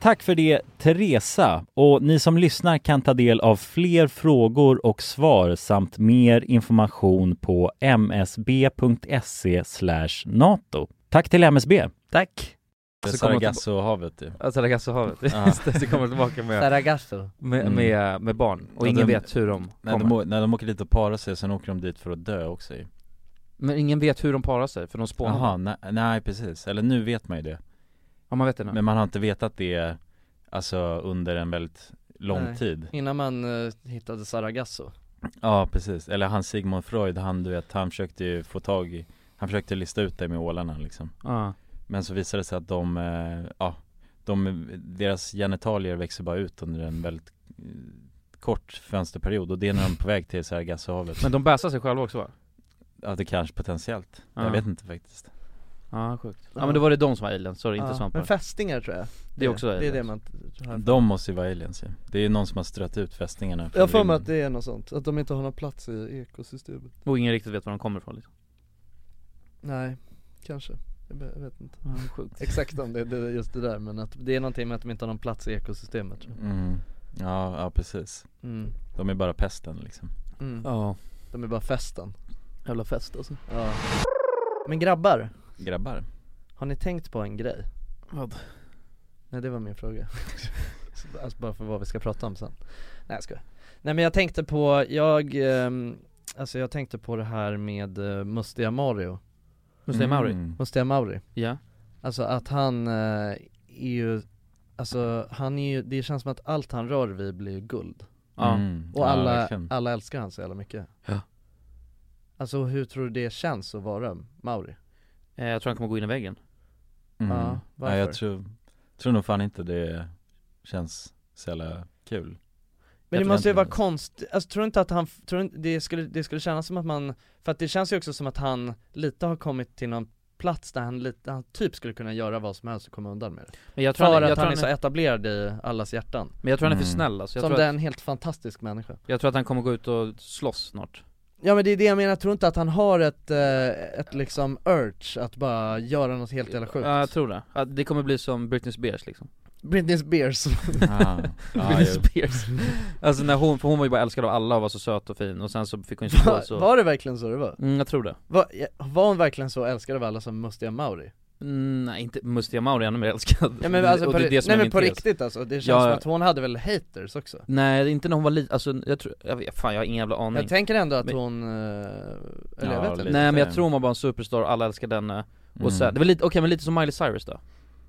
Speaker 6: Tack för det Teresa och ni som lyssnar kan ta del av fler frågor och svar samt mer information på msb.se E nato. Tack till MSB!
Speaker 1: Tack!
Speaker 2: Det är
Speaker 3: Så Alltså, kommer jag
Speaker 2: Sargassohavet ju
Speaker 3: Alltså Lagassohavet,
Speaker 2: Ja.
Speaker 3: just det, det kommer tillbaka med,
Speaker 1: Saragasso.
Speaker 3: med,
Speaker 2: Mm.
Speaker 3: med, med barn och
Speaker 2: Ja,
Speaker 3: ingen
Speaker 2: de-
Speaker 3: vet hur de
Speaker 2: när
Speaker 3: kommer
Speaker 2: de, å- när de åker dit och parar sig, sen åker de dit för att dö också ju
Speaker 3: Men ingen vet hur de parar sig för de spånar
Speaker 2: Jaha, nej, nej precis, eller nu vet man ju det
Speaker 3: Ja man vet det nu
Speaker 2: Men man har inte vetat det, alltså under en väldigt lång
Speaker 1: Nej.
Speaker 2: tid
Speaker 1: Innan man eh, hittade Saragasso.
Speaker 2: Ja precis, eller han Sigmund Freud, han du vet, han försökte ju få tag i Han försökte lista ut det med ålarna liksom
Speaker 3: Ja,
Speaker 2: Men så visade det sig att de, eh, ja de, Deras genitalier växer bara ut under en väldigt eh, kort fönsterperiod och det är när de är på väg till Sargassohavet
Speaker 3: men de bäsar sig själva också va?
Speaker 2: Ja det kanske potentiellt,
Speaker 3: Ja.
Speaker 2: jag vet inte faktiskt
Speaker 3: Ja, sjukt Ja men då var det de som var aliens, sorry, inte
Speaker 1: Ja,
Speaker 3: svampar
Speaker 1: Men fästingar tror jag.
Speaker 3: Det är också
Speaker 1: det, är
Speaker 3: aliens.
Speaker 1: det man hör.
Speaker 2: De måste ju vara aliens ju. Det är ju någon som har strött ut fästingarna
Speaker 1: Jag har för
Speaker 2: från
Speaker 1: mig att
Speaker 2: rymden.
Speaker 1: det är något sånt, att de inte har någon plats i ekosystemet.
Speaker 3: Och ingen riktigt vet var de kommer ifrån liksom
Speaker 1: Nej, kanske. Jag be- jag vet inte
Speaker 3: Ja, sjukt
Speaker 1: exakt om det, det är just det där men att det är någonting med att de inte har någon plats i ekosystemet tror jag.
Speaker 2: mm. ja, ja precis
Speaker 1: Mm.
Speaker 2: De är bara pesten liksom
Speaker 1: Mm.
Speaker 3: Ja,
Speaker 1: De är bara festen.
Speaker 3: jävla fest alltså
Speaker 1: Ja. Men grabbar,
Speaker 2: Grabbar
Speaker 1: har ni tänkt på en grej?
Speaker 3: Vad?
Speaker 1: Nej det var min fråga Alltså bara för vad vi ska prata om sen Nej jag skojar Nej men jag tänkte på, jag, ehm, alltså jag tänkte på det här med eh, Mustiga Mario,
Speaker 3: Mustafa Mauri?
Speaker 2: Mm.
Speaker 1: Mustiga Mauri
Speaker 3: Ja
Speaker 1: Alltså att han eh, är ju, alltså han är ju, det känns som att allt han rör vid blir ju guld
Speaker 3: Ja,
Speaker 2: Mm.
Speaker 1: Och
Speaker 2: Ja,
Speaker 1: alla,
Speaker 2: verkligen.
Speaker 1: alla älskar han så jävla mycket
Speaker 3: Ja.
Speaker 1: Alltså hur tror du det känns att vara Mauri?
Speaker 3: Eh, jag tror han kommer gå in i väggen
Speaker 2: Mm.
Speaker 1: Ja,
Speaker 2: Ja,
Speaker 1: varför?
Speaker 2: jag tror tror nog fan inte det känns så jävla kul
Speaker 1: Men det
Speaker 2: Jag
Speaker 1: måste ju
Speaker 2: förväntar
Speaker 1: vara
Speaker 2: mig
Speaker 1: konst, alltså tror du inte att han, tror du inte, det skulle, det skulle kännas som att man, för att det känns ju också som att han lite har kommit till någon plats där han lite, han typ skulle kunna göra vad som helst och komma undan med det
Speaker 3: Men jag tror
Speaker 1: För
Speaker 3: han- jag
Speaker 1: att
Speaker 3: tror
Speaker 1: han är så
Speaker 3: han är-
Speaker 1: etablerad i allas hjärtan
Speaker 3: Men jag tror han är för snäll, alltså. Jag
Speaker 1: Som
Speaker 3: tror
Speaker 1: det
Speaker 3: att-
Speaker 1: är en helt fantastisk människa
Speaker 3: Jag tror att han kommer gå ut och slåss snart
Speaker 1: Ja men det är det jag menar, jag tror inte att han har ett, eh, ett liksom urge att bara göra något helt jävla sjukt?
Speaker 3: Ja jag tror det, att det kommer bli som Britney Spears liksom
Speaker 1: Britney Spears
Speaker 3: Britney Spears Alltså när hon, för hon var ju bara älskad av alla och var så söt och fin och sen så fick hon ju så
Speaker 1: Var, var det verkligen så det var?
Speaker 3: Mm, jag tror det
Speaker 1: Var, ja, var hon verkligen så älskad av alla som Mustiga Mauri?
Speaker 3: Mm, nej inte, Mustia Mauri är ännu mer älskad
Speaker 1: Ja men alltså
Speaker 3: Typ. Och
Speaker 1: på,
Speaker 3: det är det som
Speaker 1: nej,
Speaker 3: är
Speaker 1: men
Speaker 3: min
Speaker 1: på
Speaker 3: tes.
Speaker 1: riktigt alltså, det känns
Speaker 3: Ja,
Speaker 1: som att hon hade väl haters också?
Speaker 3: Nej, inte när hon var liten, alltså jag tror, jag vet, fan jag har ingen jävla aning
Speaker 1: Jag tänker ändå att
Speaker 3: Mm. Men-
Speaker 1: hon, eh, eller jag vet inte
Speaker 3: Nej men jag tror man bara en superstar, alla älskade henne och
Speaker 1: Mm.
Speaker 3: sen, det var lite, okej men lite som Miley Cyrus då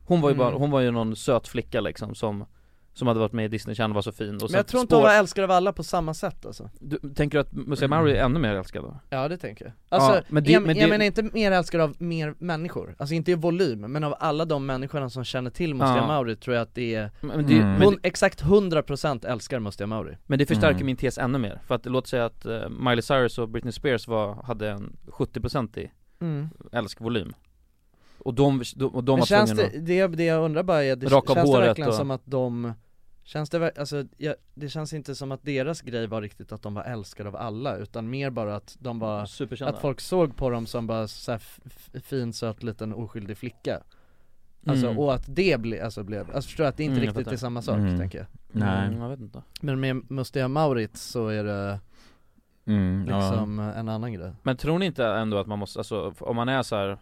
Speaker 3: Hon var ju
Speaker 1: Mm.
Speaker 3: bara, hon var ju någon söt flicka liksom som Som hade varit med i Disney Channel och var så fin och
Speaker 1: Men jag tror inte hon var älskad av alla på samma sätt alltså
Speaker 3: du, Tänker du att Musse Mauri är ännu mer älskad då?
Speaker 1: Ja det tänker jag.
Speaker 3: Ja,
Speaker 1: Alltså,
Speaker 3: men det-
Speaker 1: jag,
Speaker 3: men
Speaker 1: jag
Speaker 3: det-
Speaker 1: menar inte mer älskad av mer människor, alltså inte i volym, men av alla de människorna som känner till Mustiga
Speaker 3: Ja.
Speaker 1: Mauri tror jag att det är,
Speaker 3: Men- men det- Mm. men
Speaker 1: hon exakt 100% älskar Mustiga Mauri
Speaker 3: Men det förstärker
Speaker 1: Mm.
Speaker 3: min tes ännu mer, för att låt säga att eh, Miley Cyrus och Britney Spears var, hade en 70% i
Speaker 1: Mm.
Speaker 3: älskvolym Och de, de, och de
Speaker 1: Men
Speaker 3: var
Speaker 1: känns
Speaker 3: tvungna
Speaker 1: det, det, det jag undrar bara är, det,
Speaker 3: Raka av
Speaker 1: känns det
Speaker 3: håret
Speaker 1: verkligen
Speaker 3: och-
Speaker 1: som att de, känns det verk- alltså, jag, det känns inte som att deras grej var riktigt att de var älskade av alla, utan mer bara att de bara,
Speaker 3: Superkända.
Speaker 1: att folk såg på dem som bara så här f- f- fin söt liten oskyldig flicka Alltså
Speaker 3: Mm.
Speaker 1: och att det blev, alltså blev, alltså förstår jag att det inte
Speaker 3: Mm, jag
Speaker 1: riktigt
Speaker 3: fattar.
Speaker 1: är samma sak
Speaker 2: Mm.
Speaker 1: tänker jag
Speaker 2: Nej.
Speaker 3: Mm, jag vet inte.
Speaker 1: Men med Mustiga Maurits så är det
Speaker 2: Mm, ja.
Speaker 1: liksom en annan grej
Speaker 3: Men tror ni inte ändå att man måste, alltså om man är så här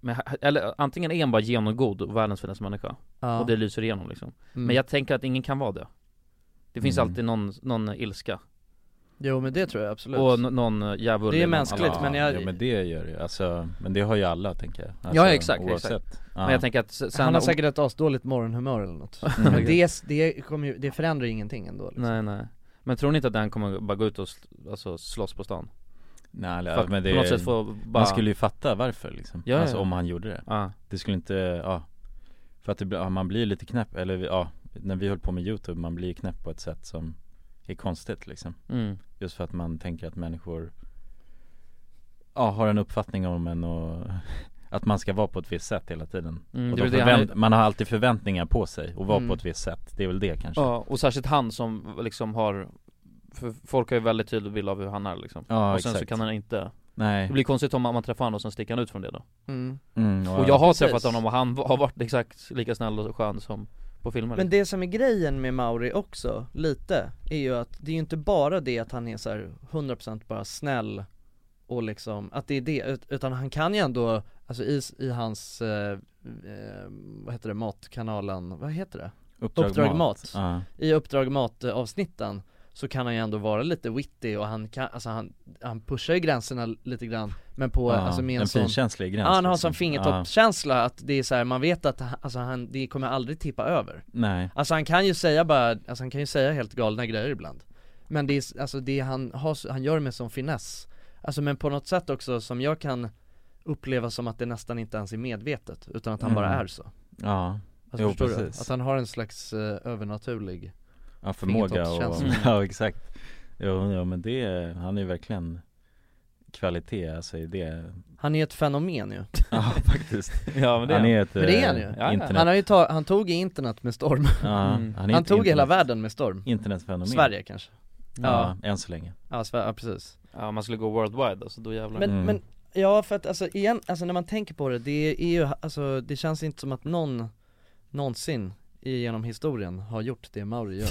Speaker 3: men, eller antingen är man bara genomgod och världens finaste människa
Speaker 1: Ja.
Speaker 3: och det lyser igenom liksom
Speaker 1: Mm.
Speaker 3: Men jag tänker att ingen kan vara det Det finns
Speaker 1: Mm.
Speaker 3: alltid någon, någon ilska
Speaker 1: Jo men det tror jag absolut
Speaker 3: och n- någon eh, djävul
Speaker 1: Det är
Speaker 3: i någon
Speaker 1: mänskligt,
Speaker 3: annan.
Speaker 1: men jag-
Speaker 2: Ja men det gör det ju, alltså, men det har ju alla tänker jag alltså,
Speaker 3: Ja, exakt, exakt. Men jag tänker att s- sen-
Speaker 1: Han har
Speaker 3: om-
Speaker 1: säkert ett asdåligt morgonhumör eller något
Speaker 3: Mm.
Speaker 1: Men det, det, kommer ju, det förändrar ju ingenting ändå liksom.
Speaker 3: Nej nej Men tror ni inte att den kommer bara gå ut och sl- alltså, slåss på stan?
Speaker 2: Nej
Speaker 3: För
Speaker 2: ja,
Speaker 3: att
Speaker 2: men det,
Speaker 3: på något sätt få bara...
Speaker 2: man skulle ju fatta varför liksom,
Speaker 3: Ja, ja,
Speaker 2: alltså
Speaker 3: ja.
Speaker 2: om han gjorde det
Speaker 3: Ja.
Speaker 2: Det skulle inte, ja För att det, blir- ja, man blir lite knäpp, eller ja, när vi höll på med youtube, man blir knäpp på ett sätt som är konstigt liksom
Speaker 3: Mm.
Speaker 2: Just för att man tänker att människor, ja har en uppfattning om en och att man ska vara på ett visst sätt hela tiden
Speaker 3: Mm,
Speaker 2: och
Speaker 3: det är
Speaker 2: de
Speaker 3: väl det han-
Speaker 2: förvänt- Man har alltid förväntningar på sig och vara
Speaker 3: Mm.
Speaker 2: på ett visst sätt, det är väl det kanske
Speaker 3: Ja, och särskilt han som liksom har för folk har ju väldigt tydlig bild av hur han är liksom
Speaker 2: Ja,
Speaker 3: Och sen så
Speaker 2: exakt.
Speaker 3: kan han inte
Speaker 2: Nej.
Speaker 3: Det blir konstigt om man, man träffar honom och sen sticker han ut från det då
Speaker 1: Mm.
Speaker 2: Mm, ja,
Speaker 3: Och jag har
Speaker 1: precis.
Speaker 3: träffat honom och han har varit exakt lika snäll och skön som på filmer
Speaker 1: Men det som är grejen med Mauri också, lite, är ju att det är ju inte bara det att han är så här 100% bara snäll och liksom, att det är det, ut- utan han kan ju ändå, alltså i, s- i hans, eh, eh, vad heter det, matkanalen, vad heter det?
Speaker 2: Uppdrag Mat. Ja.
Speaker 1: I Uppdrag Mat eh, avsnitten så kan han ju ändå vara lite witty och han kan, alltså han, han pushar ju gränserna lite grann men på,
Speaker 2: Ja,
Speaker 1: alltså med en,
Speaker 2: en
Speaker 1: sån
Speaker 2: finkänslig gräns
Speaker 1: Ja han har
Speaker 2: liksom.
Speaker 1: sån fingertoppskänsla att det är så här, man vet att han, alltså han, det kommer aldrig tippa över
Speaker 2: Nej.
Speaker 1: Alltså han kan ju säga bara, alltså han kan ju säga helt galna grejer ibland Men det är, alltså det han har, han gör det med sån finess Alltså men på något sätt också som jag kan uppleva som att det nästan inte ens är medvetet utan att han
Speaker 2: Mm.
Speaker 1: bara är så
Speaker 2: Ja.
Speaker 1: Alltså
Speaker 2: Jo,
Speaker 1: förstår
Speaker 2: precis.
Speaker 1: du? Att han har en slags eh, övernaturlig
Speaker 2: Ja, förmåga och,
Speaker 1: fingertoppskänsla.
Speaker 2: ja exakt Jo, ja men det, är- han är ju verkligen kvalitet alltså i det
Speaker 1: Han är ett fenomen ju
Speaker 2: Ja faktiskt Han är ett
Speaker 1: Men det är han ju!
Speaker 2: eh, internet
Speaker 1: Han, har ju ta- han tog ju internet med storm
Speaker 2: Ja, Mm. han
Speaker 1: Han,
Speaker 2: är ett
Speaker 1: tog hela
Speaker 2: internet-
Speaker 1: världen med storm
Speaker 2: internetfenomen.
Speaker 1: Sverige kanske
Speaker 2: Ja, än så länge
Speaker 1: Ja, Sverige, ja precis
Speaker 3: Ja man skulle gå worldwide alltså, då jävlar
Speaker 1: Men, men, ja för att alltså igen, alltså när man tänker på det, det är ju, alltså det känns inte som att någon någonsin genom historien har gjort det Mauri gör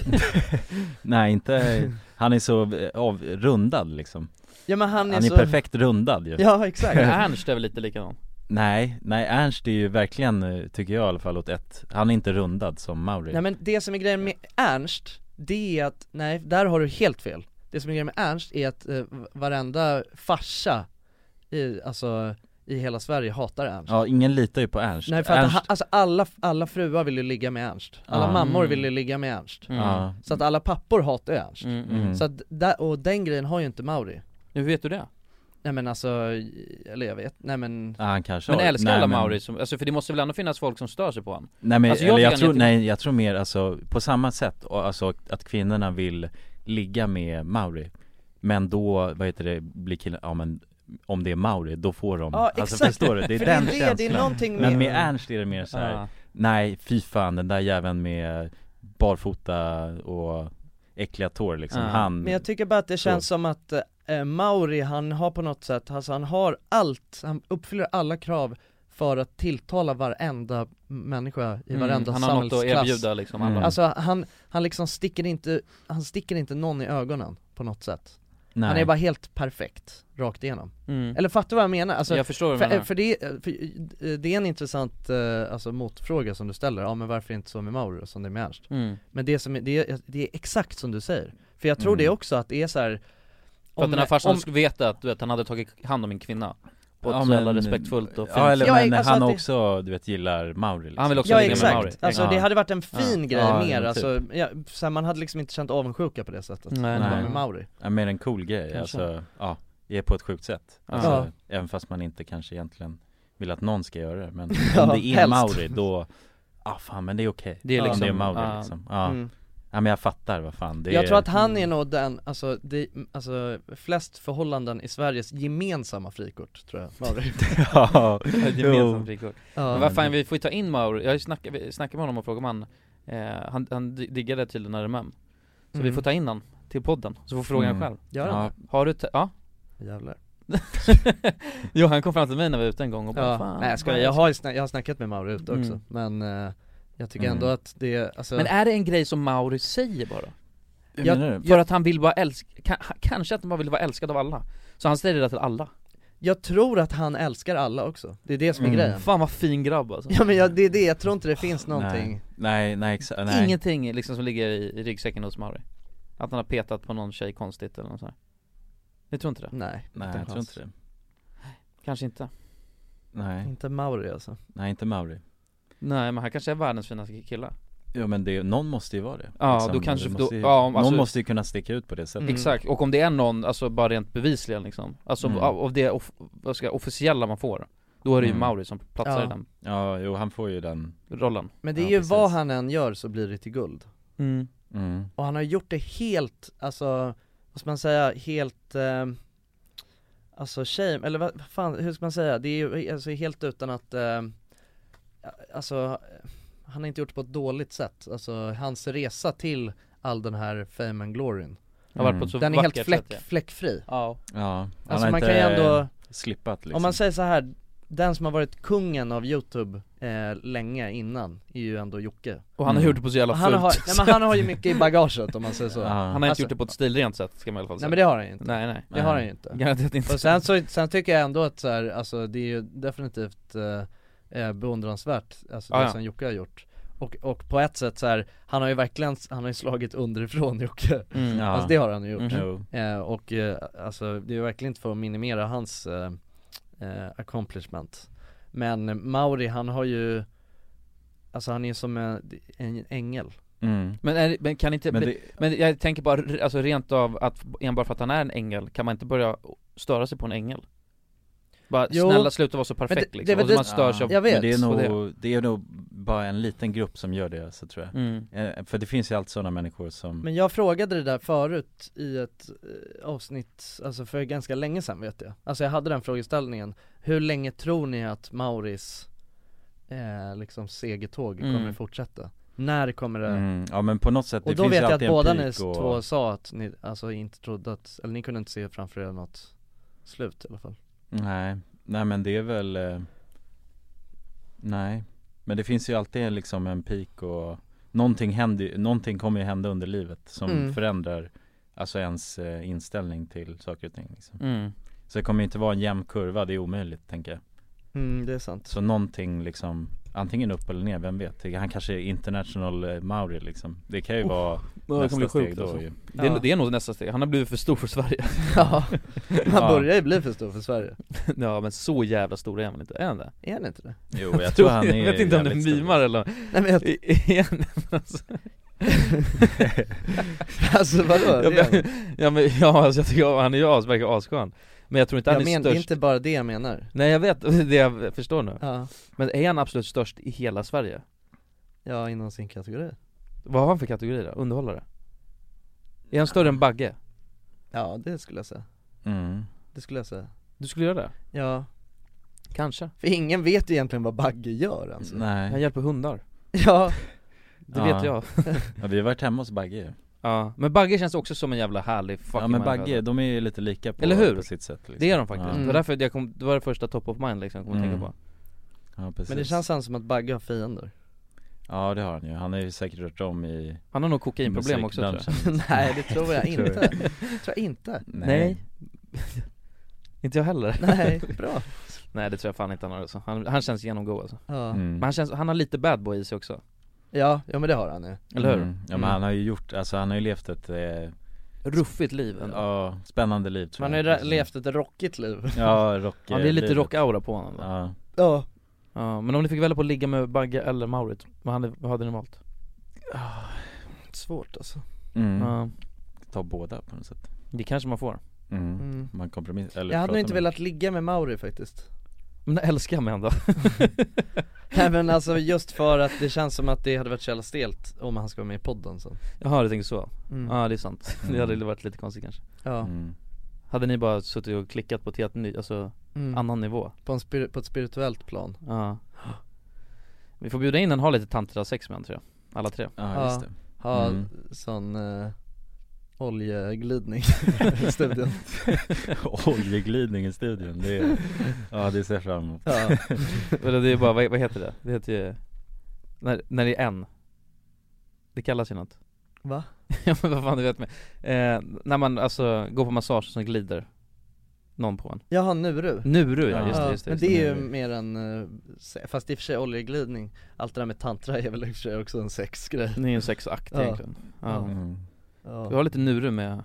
Speaker 2: Nej inte, han är så eh, av, rundad liksom
Speaker 1: Ja, men han är
Speaker 2: Han är
Speaker 1: så-
Speaker 2: perfekt rundad ju
Speaker 1: Ja, exakt.
Speaker 3: Ernst är väl lite likadan?
Speaker 2: Nej, nej Ernst är ju verkligen, eh, tycker jag i alla fall, åt ett, han är inte rundad som Mauri
Speaker 1: Nej men det som är grejen med Ernst, det är att, nej där har du helt fel Det som är grejen med Ernst är att eh, varenda farsa i, alltså i hela Sverige hatar Ernst
Speaker 2: Ja, ingen litar ju på Ernst
Speaker 1: Nej för att
Speaker 2: Ernst,
Speaker 1: han, alltså alla, alla fruar vill ju ligga med Ernst, alla
Speaker 2: Ja.
Speaker 1: mammor
Speaker 2: Mm.
Speaker 1: vill ju ligga med Ernst
Speaker 2: Mm. Ja.
Speaker 1: Så att alla pappor hatar ju Ernst
Speaker 2: Mm, mm.
Speaker 1: Så att, där, och den grejen har ju inte Mauri
Speaker 3: Hur vet du det?
Speaker 1: Nej men alltså, eller jag vet, nej men
Speaker 2: Ja, han kanske
Speaker 3: Men
Speaker 2: har-
Speaker 3: älskar
Speaker 2: nej,
Speaker 3: alla
Speaker 2: men-
Speaker 3: Mauri, som, alltså, för det måste väl ändå finnas folk som stör sig på honom?
Speaker 2: Nej men
Speaker 3: alltså,
Speaker 2: jag, eller
Speaker 3: tycker
Speaker 2: jag,
Speaker 3: han
Speaker 2: tror,
Speaker 3: är jätte-
Speaker 2: nej, jag tror mer alltså på samma sätt, och alltså att kvinnorna vill ligga med Mauri Men då, vad heter det, blir killen, ja men om det är Mauri, då får de,
Speaker 1: Ja,
Speaker 2: alltså
Speaker 1: exakt.
Speaker 2: förstår du? Det är
Speaker 1: För det är
Speaker 2: den
Speaker 1: det, det är
Speaker 2: känslan
Speaker 1: någonting med-
Speaker 2: Men med Ernst är det mer så här,
Speaker 1: Ja.
Speaker 2: nej fy fan den där jäveln med barfota och äckliga tår liksom,
Speaker 1: Ja.
Speaker 2: han
Speaker 1: Men jag tycker bara att det
Speaker 2: så.
Speaker 1: känns som att eh, Mauri, han har på något sätt, alltså han har allt, han uppfyller alla krav för att tilltala varenda människa i
Speaker 3: Mm,
Speaker 1: varenda
Speaker 3: han har något att
Speaker 1: samhällsklass
Speaker 3: erbjuda, liksom, alla.
Speaker 2: Mm.
Speaker 1: Alltså han, han liksom sticker inte, han sticker inte någon i ögonen på något sätt
Speaker 2: Nej.
Speaker 1: Han är bara helt perfekt, rakt igenom
Speaker 3: Mm.
Speaker 1: Eller fattar du vad jag menar? Alltså,
Speaker 3: Jag förstår vad du
Speaker 1: för,
Speaker 3: menar.
Speaker 1: för, det, för det är en intressant eh, alltså, motfråga som du ställer, ja men varför är det inte så med Mauro som det är med Ernst?
Speaker 3: Mm.
Speaker 1: Men det, som är, det, är, det är exakt som du säger, för jag tror
Speaker 3: Mm.
Speaker 1: det också att det är så här
Speaker 3: För att den här farsan skulle veta att du vet, han hade tagit hand om en kvinna På ett
Speaker 2: Ja,
Speaker 3: så jävla
Speaker 2: men-
Speaker 3: respektfullt och fint
Speaker 2: Ja eller
Speaker 1: Ja,
Speaker 2: men
Speaker 1: alltså
Speaker 2: han
Speaker 1: att det-
Speaker 2: också, du vet, gillar Mauri liksom.
Speaker 3: Han vill
Speaker 1: Ja exakt, alltså det hade varit en fin grej mer,
Speaker 3: typ.
Speaker 2: men
Speaker 1: alltså, ja, så här, man hade liksom inte känt avundsjuka på det sättet,
Speaker 2: Nej,
Speaker 1: om det
Speaker 2: nej.
Speaker 1: var med Mauri
Speaker 2: Ja, mer en cool grej,
Speaker 1: Kanske.
Speaker 2: alltså, ja, det är på ett sjukt sätt
Speaker 1: Ja.
Speaker 2: alltså,
Speaker 1: Ja.
Speaker 2: Även fast man inte kanske egentligen vill att någon ska göra det, men
Speaker 1: Ja,
Speaker 2: om det är
Speaker 1: helst.
Speaker 2: Mauri då, ah fan men det är okej
Speaker 3: Det är
Speaker 2: Om
Speaker 3: liksom-
Speaker 2: det är Mauri
Speaker 3: ja.
Speaker 2: liksom, ja.
Speaker 1: Mm.
Speaker 2: ja men jag fattar vad fan det
Speaker 1: Jag
Speaker 2: är
Speaker 1: tror att han är nog den, alltså, det, alltså flest förhållanden i Sveriges gemensamma frikort tror jag, Mauri
Speaker 2: Ja,
Speaker 3: Ett
Speaker 2: jo.
Speaker 3: gemensamt frikort
Speaker 1: Ja.
Speaker 3: Men vad fan, vi får ju ta in Mauri, jag snackade snacka med honom och frågade om han eh, Han, han di- diggade tydligen RMM Så
Speaker 1: Mm.
Speaker 3: vi får ta in han till podden, så får frågan
Speaker 1: Mm.
Speaker 3: själv
Speaker 1: Gör han
Speaker 3: Har du, ta- ja
Speaker 1: Jävlar
Speaker 3: Jo han kom fram till mig när vi var ute en gång och bara
Speaker 1: ja.
Speaker 3: fan
Speaker 1: Nej jag skojar,
Speaker 3: vad
Speaker 1: jag har, ju snack, jag har snackat med Mauri ute också,
Speaker 3: Mm.
Speaker 1: men eh, jag tycker
Speaker 3: Mm.
Speaker 1: ändå att det, alltså
Speaker 3: Men är det en grej som Mauri säger bara?
Speaker 1: Hur Jag- menar du?
Speaker 3: för att han vill vara älskad, kanske att han bara vill vara älskad av alla Så han säger det till alla
Speaker 1: Jag tror att han älskar alla också, det är det som är grejen
Speaker 3: Mm. Fan vad fin grabb alltså
Speaker 1: Ja men jag, det är det, jag tror inte det finns någonting
Speaker 2: Nej, nej, nej, exa- nej.
Speaker 3: Ingenting liksom som ligger i, i ryggsäcken hos Mauri Att han har petat på någon tjej konstigt eller något sånt Jag tror inte det
Speaker 1: Nej.
Speaker 2: Nej,
Speaker 3: Inte en
Speaker 2: jag tror
Speaker 3: chans.
Speaker 2: inte det.
Speaker 3: Kanske inte
Speaker 2: nej,
Speaker 1: Inte Mauri alltså
Speaker 2: nej inte Mauri
Speaker 3: Nej men han kanske är världens finaste kille
Speaker 2: Ja men det, någon måste ju vara det Liksom.
Speaker 3: Ja, då kanske-
Speaker 2: Det
Speaker 3: då-
Speaker 2: måste ju,
Speaker 3: ja, om- alltså-
Speaker 2: Någon måste ju kunna sticka ut på det sättet
Speaker 3: Exakt, och om det är någon, alltså bara rent bevisligen liksom Alltså
Speaker 2: Mm.
Speaker 3: av av det off- vad ska jag, officiella man får Då är det ju
Speaker 2: Mm.
Speaker 3: Mauri som platsar
Speaker 1: Ja.
Speaker 3: i den
Speaker 2: Ja, jo han får ju den
Speaker 3: rollen
Speaker 1: Men det är
Speaker 2: Ja,
Speaker 1: ju
Speaker 2: precis.
Speaker 1: vad han än gör så blir det till guld
Speaker 3: Mm.
Speaker 2: Mm.
Speaker 1: Och han har gjort det helt, alltså, vad ska man säga, helt eh, Alltså tjej, eller vad vad fan, hur ska man säga? Det är ju alltså, helt utan att eh, Alltså, han har inte gjort det på ett dåligt sätt Alltså hans resa till all den här fame and gloryn
Speaker 3: Har varit på ett så
Speaker 1: Den är helt
Speaker 3: vackert
Speaker 1: fläck,
Speaker 3: sätt, ja.
Speaker 1: fläckfri
Speaker 3: Ja
Speaker 2: Ja, han
Speaker 1: Alltså
Speaker 2: har
Speaker 1: man
Speaker 2: inte
Speaker 1: kan ju ändå
Speaker 2: slippat liksom
Speaker 1: Om man säger så här den som har varit kungen av youtube eh, länge innan är ju ändå Jocke
Speaker 3: Och han har gjort det på så jävla
Speaker 1: Och han har,
Speaker 3: fult
Speaker 1: nej, men han har ju mycket i bagaget om man säger så Alltså,
Speaker 2: Ja.
Speaker 3: Han har inte gjort det på ett stilrent sätt ska man i alla fall säga
Speaker 1: Nej men det har han ju inte
Speaker 3: Nej nej
Speaker 1: Det har han ju inte
Speaker 3: Garanterat inte
Speaker 1: Och sen så, sen tycker jag ändå att så här, alltså det är ju definitivt eh, eh, beundransvärt, alltså
Speaker 3: Ja,
Speaker 1: det
Speaker 3: ja.
Speaker 1: som Jocke har gjort och, och på ett sätt så här, han har ju verkligen, han har ju slagit underifrån Jocke
Speaker 3: Mm. Ja.
Speaker 1: Alltså det har han ju gjort
Speaker 2: Mhm.
Speaker 1: eh, Och eh, alltså det är ju verkligen inte för att minimera hans eh, eh, accomplishment Men Mauri han har ju, alltså han är ju som en, en ängel
Speaker 2: Mm.
Speaker 3: Men, är, det- men kan inte,
Speaker 1: Men
Speaker 3: men,
Speaker 1: det-
Speaker 3: men jag tänker bara re- alltså rent av att enbart för att han är en ängel, kan man inte börja störa sig på en ängel? Bara
Speaker 1: Jo.
Speaker 3: snälla sluta vara så
Speaker 1: Men
Speaker 3: perfekt
Speaker 1: det- det är
Speaker 3: liksom,
Speaker 1: väl
Speaker 3: och
Speaker 1: det-
Speaker 3: man stör sig
Speaker 1: Jag vet.
Speaker 2: Men det är
Speaker 3: på
Speaker 2: nog,
Speaker 3: det.
Speaker 2: det. är nog bara en liten grupp som gör det alltså, tror jag
Speaker 3: Mm.
Speaker 2: Eh, För det finns ju alltid sådana människor som
Speaker 1: Men jag frågade det där förut i ett eh, avsnitt, alltså för ganska länge sedan vet jag Alltså jag hade den frågeställningen, hur länge tror ni att Mauris eh, liksom segertåg kommer
Speaker 2: Mm.
Speaker 1: fortsätta? När kommer det?
Speaker 2: Mm, ja men på något sätt,
Speaker 1: Och
Speaker 2: det
Speaker 1: då
Speaker 2: finns
Speaker 1: vet
Speaker 2: ju
Speaker 1: jag att
Speaker 2: alltid en
Speaker 1: båda
Speaker 2: peak
Speaker 1: ni
Speaker 2: och...
Speaker 1: två sa att ni alltså inte trodde att, eller ni kunde inte se framför er något slut i alla fall
Speaker 3: Mm.
Speaker 2: Nej, nej men det är väl eh, Nej Men det finns ju alltid liksom en peak och Någonting händer ju- någonting kommer ju hända under livet som
Speaker 3: Mm.
Speaker 2: förändrar Alltså ens eh, inställning till saker och ting liksom.
Speaker 3: Mm.
Speaker 2: Så det kommer ju inte vara en jämn kurva, det är omöjligt tänker jag
Speaker 1: Mm, det är sant
Speaker 2: Så någonting liksom Antingen upp eller ner, vem vet? Han kanske är international eh, Mauri liksom Det kan ju
Speaker 3: Oh,
Speaker 2: vara
Speaker 3: Ja, det
Speaker 2: nästa
Speaker 3: kommer bli
Speaker 2: steg
Speaker 3: sjukt
Speaker 2: då
Speaker 3: alltså.
Speaker 2: ju.
Speaker 3: det, är,
Speaker 1: Ja.
Speaker 3: det är nog nästa steg, han har blivit för stor för Sverige
Speaker 1: Ja, han
Speaker 3: Ja.
Speaker 1: börjar ju bli för stor för Sverige
Speaker 3: Ja men så jävla stor är han väl inte? Är han det?
Speaker 1: Är han inte det?
Speaker 2: Jo, jag tror han är
Speaker 3: Jag vet inte om du
Speaker 2: jävligt stor.
Speaker 3: mimar eller
Speaker 1: Nej men jag-
Speaker 3: Är han det, alltså?
Speaker 1: Alltså, vadå?
Speaker 3: alltså, Ja men, ja, men ja, alltså, jag tycker han är ju as, verkar asskön Men jag tror inte
Speaker 1: Jag
Speaker 3: han är
Speaker 1: men- det är
Speaker 3: störst
Speaker 1: inte bara det jag menar.
Speaker 3: Nej jag vet, det jag förstår nu
Speaker 1: Ja.
Speaker 3: Men är han absolut störst i hela Sverige?
Speaker 1: Ja, inom sin kategori
Speaker 3: Vad har han för kategori då? Underhållare? Är han större än Bagge?
Speaker 1: Ja, det skulle jag säga
Speaker 2: Mm.
Speaker 1: Det skulle jag säga
Speaker 3: Du skulle göra det?
Speaker 1: Ja
Speaker 3: Kanske
Speaker 1: För ingen vet ju egentligen vad Bagge gör alltså
Speaker 2: Nej
Speaker 3: Han hjälper hundar
Speaker 1: Ja
Speaker 3: Det
Speaker 2: Ja.
Speaker 3: vet jag
Speaker 2: ja, vi har varit hemma hos Bagge ju.
Speaker 3: Ja, men Bagge känns också som en jävla härlig fucking
Speaker 2: Ja men
Speaker 3: människa. alltså.
Speaker 2: Bagge, de är ju lite lika på,
Speaker 3: Eller hur?
Speaker 2: på sitt sätt liksom.
Speaker 3: Det är de faktiskt,
Speaker 2: Ja,
Speaker 3: det var därför jag kom, det var det första top of mind liksom jag kom att
Speaker 2: Mm.
Speaker 3: tänka på
Speaker 2: ja precis
Speaker 1: Men det känns ändå som att Bagge har fiender
Speaker 2: Ja det har han ju, han har ju säkert rört om i
Speaker 3: Han har nog kokainproblem också tror jag
Speaker 2: musikbranschen.
Speaker 1: Nej det tror jag
Speaker 2: Tror
Speaker 1: inte,
Speaker 2: jag. Mm.
Speaker 1: tror jag inte
Speaker 2: Nej
Speaker 3: Inte jag heller
Speaker 1: Nej, bra
Speaker 3: Nej det tror jag fan inte han har alltså. han, han känns genomgå alltså
Speaker 1: Ja,
Speaker 2: Mm.
Speaker 3: Men han känns, han har lite bad boy i sig också,
Speaker 1: ja, ja men det har han ju
Speaker 3: eller hur?
Speaker 2: Mm. Ja men han har ju gjort, alltså han har ju levt ett, eh,
Speaker 3: Ruffigt liv ändå
Speaker 2: ja, spännande liv tror
Speaker 1: Man har
Speaker 2: jag
Speaker 1: ju ra- levt ett rockigt liv
Speaker 2: Ja, rock
Speaker 3: Ja det är lite
Speaker 2: livet.
Speaker 3: rockaura på honom då.
Speaker 2: Ja,
Speaker 1: Ja
Speaker 3: Ja, men om ni fick välja på att ligga med Bagge eller Maurit, vad hade, vad hade ni valt?
Speaker 1: Svårt alltså
Speaker 2: mm.
Speaker 3: Ja,
Speaker 2: ta båda på något sätt
Speaker 3: det kanske man får
Speaker 2: mm.
Speaker 1: Mm.
Speaker 2: Man kompromiss, eller
Speaker 1: Jag hade
Speaker 2: pratar
Speaker 1: nog inte
Speaker 2: med-
Speaker 1: velat ligga med Mauri faktiskt
Speaker 3: Men jag älskar mig ändå
Speaker 1: Nej men alltså just för att det känns som att det hade varit så jävla stelt om han ska vara med i podden så
Speaker 3: Jaha du tänker så?
Speaker 1: mm.
Speaker 3: Ja det är sant, det
Speaker 2: Mm.
Speaker 3: hade varit lite konstigt kanske
Speaker 1: Ja,
Speaker 2: mm.
Speaker 3: Hade ni bara suttit och klickat på ett helt ny, alltså
Speaker 1: mm.
Speaker 3: annan nivå?
Speaker 1: På, en spir- på ett spirituellt plan
Speaker 3: Ja Vi får bjuda in en, ha lite tantra och sex med en tror jag, alla tre
Speaker 2: Ja just det
Speaker 1: ha
Speaker 2: Mm.
Speaker 1: sån eh, oljeglidning i studion
Speaker 2: Oljeglidning i studion, det är, ja det ser jag fram emot
Speaker 1: ja.
Speaker 3: Eller det är bara, vad, vad heter det? Det heter ju, när, när det är en Det kallas ju något
Speaker 1: Va?
Speaker 3: Ja men vad fan du vet med eh, När man alltså går på massage och så glider någon på en
Speaker 1: Jaha, nuru
Speaker 3: Nuru ja,
Speaker 2: Ja.
Speaker 3: Mm. just det,
Speaker 1: Ja,
Speaker 3: just det,
Speaker 1: men
Speaker 3: just
Speaker 1: det är ju
Speaker 2: nuru.
Speaker 1: mer en, eh, se- fast i och för sig oljeglidning, allt det där med tantra är väl i och för sig också en sexgrej
Speaker 3: det är ju en sexakt
Speaker 1: Ja.
Speaker 3: egentligen ja.
Speaker 2: mm.
Speaker 3: Vi har lite nuru med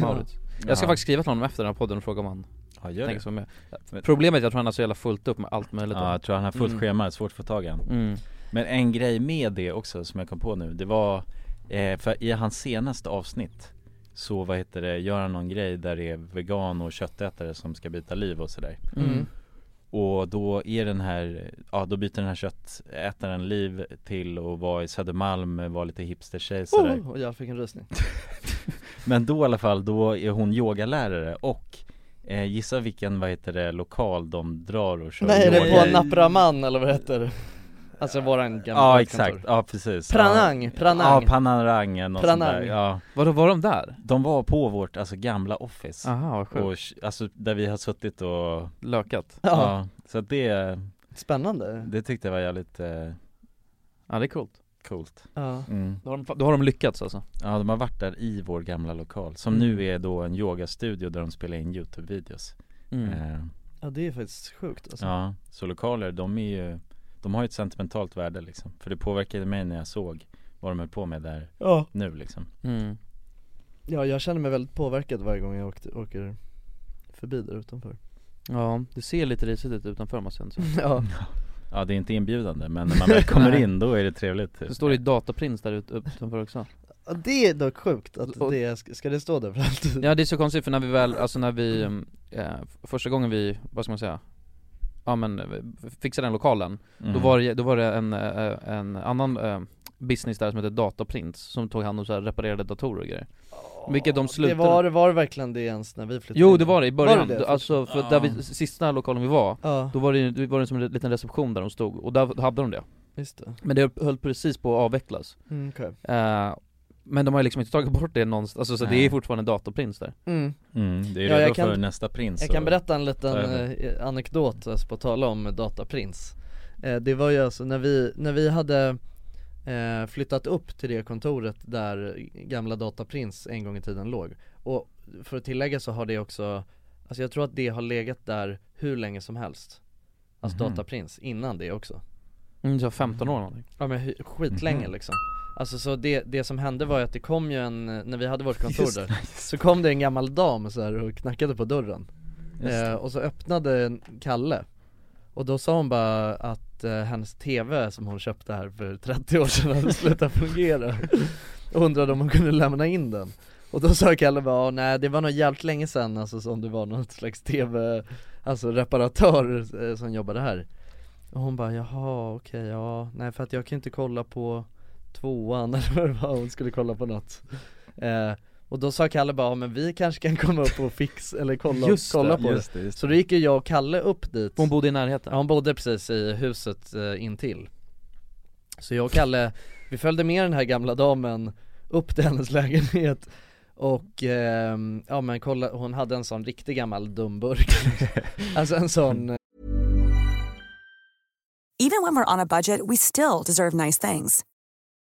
Speaker 3: Maurits Jag ska
Speaker 2: Ja.
Speaker 3: faktiskt skriva till honom efter den här podden och fråga om han
Speaker 2: Ja gör
Speaker 3: tänker
Speaker 2: det
Speaker 3: så med
Speaker 2: Men-
Speaker 3: Problemet är att jag tror han har så jävla fullt upp med allt möjligt
Speaker 2: Ja jag tror han har fullt
Speaker 3: Mm.
Speaker 2: schema, svårt att få tag i han
Speaker 3: mm.
Speaker 2: Men en grej med det också som jag kom på nu, det var eh, För i hans senaste avsnitt Så vad heter det, gör han någon grej där det är vegan och köttätare som ska byta liv och sådär
Speaker 3: Mm.
Speaker 2: Och då är den här, ja då byter den här köttätaren liv till att vara i Södermalm, vara lite hipstertjej sådär
Speaker 1: oh, och jag fick en rysning
Speaker 2: Men då i alla fall, då är hon yogalärare och eh, gissa vilken, vad heter det, lokal de drar och kör
Speaker 1: Nej, är
Speaker 2: yoga
Speaker 1: det på
Speaker 2: i.
Speaker 1: Napraman eller vad det heter? Alltså våran gamla
Speaker 2: Ja
Speaker 1: kontor.
Speaker 2: exakt, ja precis
Speaker 1: Pranang,
Speaker 2: Ja,
Speaker 1: Pranang
Speaker 2: ja Panarang eller något sånt där,
Speaker 1: Pranang.
Speaker 2: ja
Speaker 3: Vadå, var de där?
Speaker 2: De var på vårt, alltså gamla office
Speaker 3: Aha, vad sjukt,
Speaker 2: och, alltså där vi har suttit och, ja,
Speaker 3: lökat
Speaker 1: Ja,
Speaker 2: Så att det,
Speaker 1: spännande
Speaker 2: det tyckte jag var jävligt eh,
Speaker 3: Ja det är coolt
Speaker 2: coolt
Speaker 1: Ja,
Speaker 2: mm.
Speaker 3: Då har de, då har de lyckats alltså
Speaker 2: Ja de har varit där i vår gamla lokal, som
Speaker 3: Mm.
Speaker 2: nu är då en yogastudio där de spelar in youtube-videos
Speaker 3: Mm.
Speaker 1: Mm.
Speaker 2: eh,
Speaker 1: ja det är faktiskt sjukt alltså.
Speaker 2: Ja, så lokaler de är ju, de har ju ett sentimentalt värde liksom För det påverkade mig när jag såg vad de höll på med där
Speaker 1: ja
Speaker 2: nu liksom
Speaker 3: Mm.
Speaker 1: Ja, jag känner mig väldigt påverkad varje gång jag åkte, åker förbi där utanför
Speaker 3: Ja, det ser lite risigt ut utanför måste jag ändå säga
Speaker 1: Ja,
Speaker 2: Ja det är inte inbjudande men när man väl kommer
Speaker 3: Nej.
Speaker 2: in då är det trevligt typ.
Speaker 3: Det står ju dataprins där ut- utanför också
Speaker 1: Ja, det är dock sjukt att
Speaker 3: Och-
Speaker 1: det, är- ska ska det stå där för alltid?
Speaker 3: Ja det är så konstigt för när vi väl, alltså när vi, ehm, eh, f- första gången vi, vad ska man säga? Ja men eh, f- fixade den lokalen,
Speaker 2: Mm.
Speaker 3: då, var det, då var det en, eh, en annan eh, business där som hette Dataprints som tog hand om så här reparerade datorer och grejer Vilket de slutade-
Speaker 1: det var, var det verkligen det ens när vi flyttade
Speaker 3: Jo
Speaker 1: in?
Speaker 3: det var det i början,
Speaker 1: Var det Ah. det?
Speaker 3: alltså för
Speaker 2: Ja.
Speaker 3: där vi, sista lokalen vi var
Speaker 1: Ja,
Speaker 3: då var det, ju- det var det som en liten reception där de stod, och där hade de det
Speaker 1: just det,
Speaker 3: Men det höll precis på att avvecklas
Speaker 1: mm, okej
Speaker 3: Eh, Men de har ju liksom inte tagit bort det någonstans, alltså så det
Speaker 2: Nej.
Speaker 3: är fortfarande dataprins där
Speaker 1: mm.
Speaker 2: mm, Det är ju
Speaker 1: Ja,
Speaker 2: redo
Speaker 1: jag kan-
Speaker 2: för nästa prins
Speaker 1: Jag
Speaker 2: och-
Speaker 1: kan berätta en liten
Speaker 2: Ja, jag vet.
Speaker 1: eh, anekdot, alltså, på att tala om dataprins eh, Det var ju alltså när vi, när vi hade eh, flyttat upp till det kontoret där gamla dataprins en gång i tiden låg Och för att tillägga så har det också, alltså jag tror att det har legat där hur länge som helst Alltså
Speaker 2: Mhm.
Speaker 1: dataprins, innan det också
Speaker 3: mm, så 15 år någonting
Speaker 1: Ja men hy- skitlänge
Speaker 2: Mhm.
Speaker 1: liksom Alltså så det, det som hände var ju att det kom ju en, eh, när vi hade vårt kontor
Speaker 2: Just
Speaker 1: där
Speaker 2: det, just
Speaker 1: Så kom det en gammal dam så här och knackade på dörren
Speaker 2: Just
Speaker 1: eh, Och så öppnade en Kalle Och då sa hon bara att eh, hennes TV som hon köpte här för 30 år sedan hade slutat fungera Och undrade om hon kunde lämna in den Och då sa Kalle bara, "Ja, nej det var nog jävligt länge sedan alltså som det var någon slags tv, alltså reparatör eh, som jobbade här Och hon bara, jaha okej, ja, nej för att jag kan ju inte kolla på tvåan eller vad det var, hon skulle kolla på något eh, Och då sa Kalle bara, "Ja, men vi kanske kan komma upp och fixa, eller kolla,
Speaker 2: Just det,
Speaker 1: kolla på
Speaker 2: just det, just
Speaker 1: Så då gick ju jag och Kalle upp dit
Speaker 3: Hon bodde i närheten?
Speaker 1: Ja hon bodde precis i huset eh, intill Så jag och Kalle, vi följde med den här gamla damen upp till hennes lägenhet och ehm, ja men kolla, hon hade en sån riktig gammal dumburk Alltså en sån eh,
Speaker 9: Even when we're on a budget, we still deserve nice things.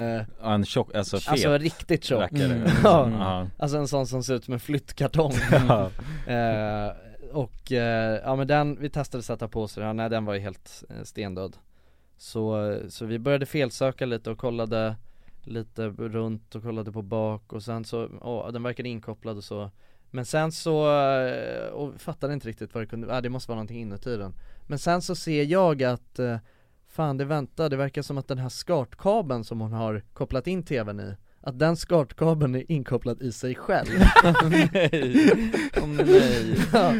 Speaker 1: eh,
Speaker 2: Ja, en tjock, alltså fet
Speaker 1: Alltså riktigt tjock
Speaker 2: rackare.
Speaker 1: Mm. Ja.
Speaker 2: Ja.
Speaker 1: Alltså en sån som ser ut som en flyttkartong
Speaker 2: Ja.
Speaker 1: eh, Och, eh, ja men den, vi testade sätta på oss den, nej den var ju helt eh, stendöd så, så vi började felsöka lite och kollade lite runt och kollade på bak och sen så, ja den verkade inkopplad och så Men sen så, eh, och fattade inte riktigt vad det kunde, ah, det måste vara någonting inuti den Men sen så ser jag att, eh, fan det väntar, det verkar som att den här skartkabeln som hon har kopplat in tvn i att den skartkabeln är inkopplad i sig själv
Speaker 3: Åh, nej.
Speaker 1: ja.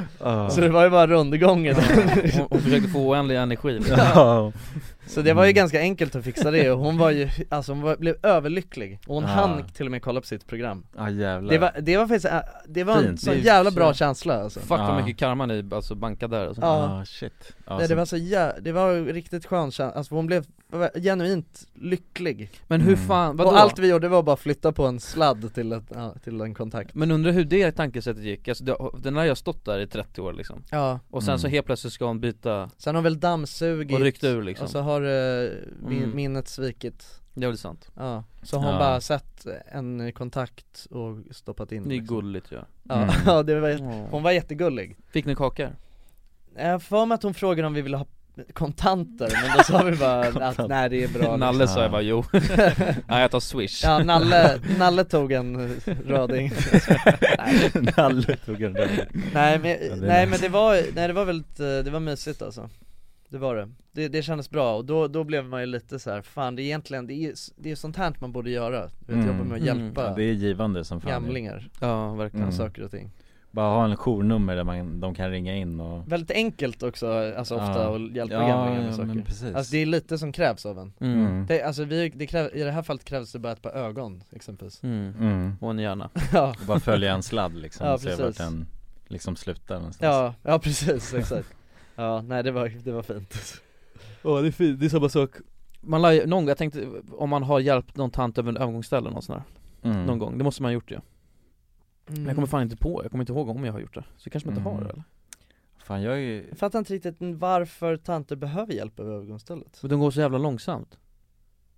Speaker 1: Så det var ju bara rundgången
Speaker 3: Hon, hon försökte få oändlig energi
Speaker 1: Ja. Så det var ju ganska enkelt att fixa det och hon var ju, alltså hon var, blev överlycklig och hon
Speaker 2: Ja.
Speaker 1: hann till och med kolla på sitt program
Speaker 2: Ja Ah, jävlar
Speaker 1: Det var, det var faktiskt, äh, det var en
Speaker 2: Fint.
Speaker 1: sån
Speaker 2: Det är
Speaker 1: jävla
Speaker 3: så-
Speaker 1: bra känsla alltså
Speaker 3: Fuck vad
Speaker 2: Ja.
Speaker 3: mycket karma ni alltså bankade där alltså.
Speaker 1: Ja.
Speaker 2: Ah, shit Ja,
Speaker 1: Nej, det
Speaker 2: så-
Speaker 1: var så jä- det var en riktigt skön känsla, alltså hon blev genuint lycklig
Speaker 3: Men hur
Speaker 2: Mm.
Speaker 3: fan, vadå?
Speaker 1: Och allt vi gjorde var bara flytta på en sladd till, ett, ja, till en kontakt
Speaker 3: Men undrar hur det tankesättet gick, alltså, det, den har jag stått där i 30 år liksom
Speaker 1: Ja,
Speaker 3: Och sen så
Speaker 2: Mm.
Speaker 3: helt plötsligt ska hon byta
Speaker 1: sen har väl dammsugit
Speaker 3: och ryckt ur liksom
Speaker 1: och så har eh, min-
Speaker 3: Mm.
Speaker 1: minnet svikit
Speaker 3: Det är väl sant?
Speaker 1: Ja, så har hon
Speaker 2: Ja.
Speaker 1: bara sett en kontakt och stoppat in
Speaker 3: Det är
Speaker 1: liksom.
Speaker 3: gulligt ju ja.
Speaker 1: Ja,
Speaker 2: Mm.
Speaker 1: ja det var,
Speaker 3: Åh.
Speaker 1: hon var jättegullig
Speaker 3: Fick ni kakor?
Speaker 1: Jag har för mig att hon frågade om vi ville ha kontanter, men då sa vi bara att nej det är bra liksom.
Speaker 3: Nalle sa jag
Speaker 2: Ja.
Speaker 3: bara jo, nej jag tar swish Mm.
Speaker 1: Ja, Nalle, Nalle tog en eh, röding
Speaker 2: Nalle tog en röd
Speaker 1: Nej
Speaker 2: Ja,
Speaker 1: men,
Speaker 2: det är
Speaker 1: nej,
Speaker 2: nice.
Speaker 1: men det, var, nej, det var väldigt, eh, det var mysigt alltså Det var det, det, det kändes bra och då, då blev man ju lite så här, fan det är egentligen, det är, ju- det är sånt här man borde göra, du vet,
Speaker 2: Mm.
Speaker 1: jobba med att
Speaker 3: Mm.
Speaker 1: hjälpa
Speaker 2: Ja, Det är givande som fan
Speaker 1: gamlingar
Speaker 3: Ja verkligen
Speaker 1: med
Speaker 2: Mm.
Speaker 1: saker och ting
Speaker 2: Bara ha en journummer där man, de kan ringa in och
Speaker 1: Väldigt enkelt också, alltså ofta,
Speaker 2: Ja.
Speaker 1: att hjälpa
Speaker 2: Ja,
Speaker 1: gamlingar med
Speaker 2: ja,
Speaker 1: saker
Speaker 2: men precis
Speaker 1: Alltså det är lite som krävs av en
Speaker 3: mm.
Speaker 1: det, Alltså vi, det kräv, i det här fallet krävs det bara ett par ögon exempelvis
Speaker 3: Mm.
Speaker 2: mm.
Speaker 3: Och en hjärna
Speaker 1: Ja,
Speaker 2: Och bara följa en sladd liksom,
Speaker 1: Ja,
Speaker 2: och se vart
Speaker 1: precis.
Speaker 2: den liksom slutar någonstans
Speaker 1: ja, ja precis, exakt Ja, nej det var, det var fint
Speaker 3: Ja det är fint, det är samma sak man lär ju, någon gång, jag tänkte om man har hjälpt någon tant över en övergångsställe någon sån här,
Speaker 2: Mm.
Speaker 3: någon gång, det måste man ha gjort ju Men jag kommer fan inte på, jag kommer inte ihåg om jag har gjort det, så kanske man inte har
Speaker 2: Mm.
Speaker 3: det eller?
Speaker 2: Fan jag är ju,
Speaker 1: Jag fattar inte riktigt varför tanter behöver hjälp över övergångsstället
Speaker 3: Men de går så jävla långsamt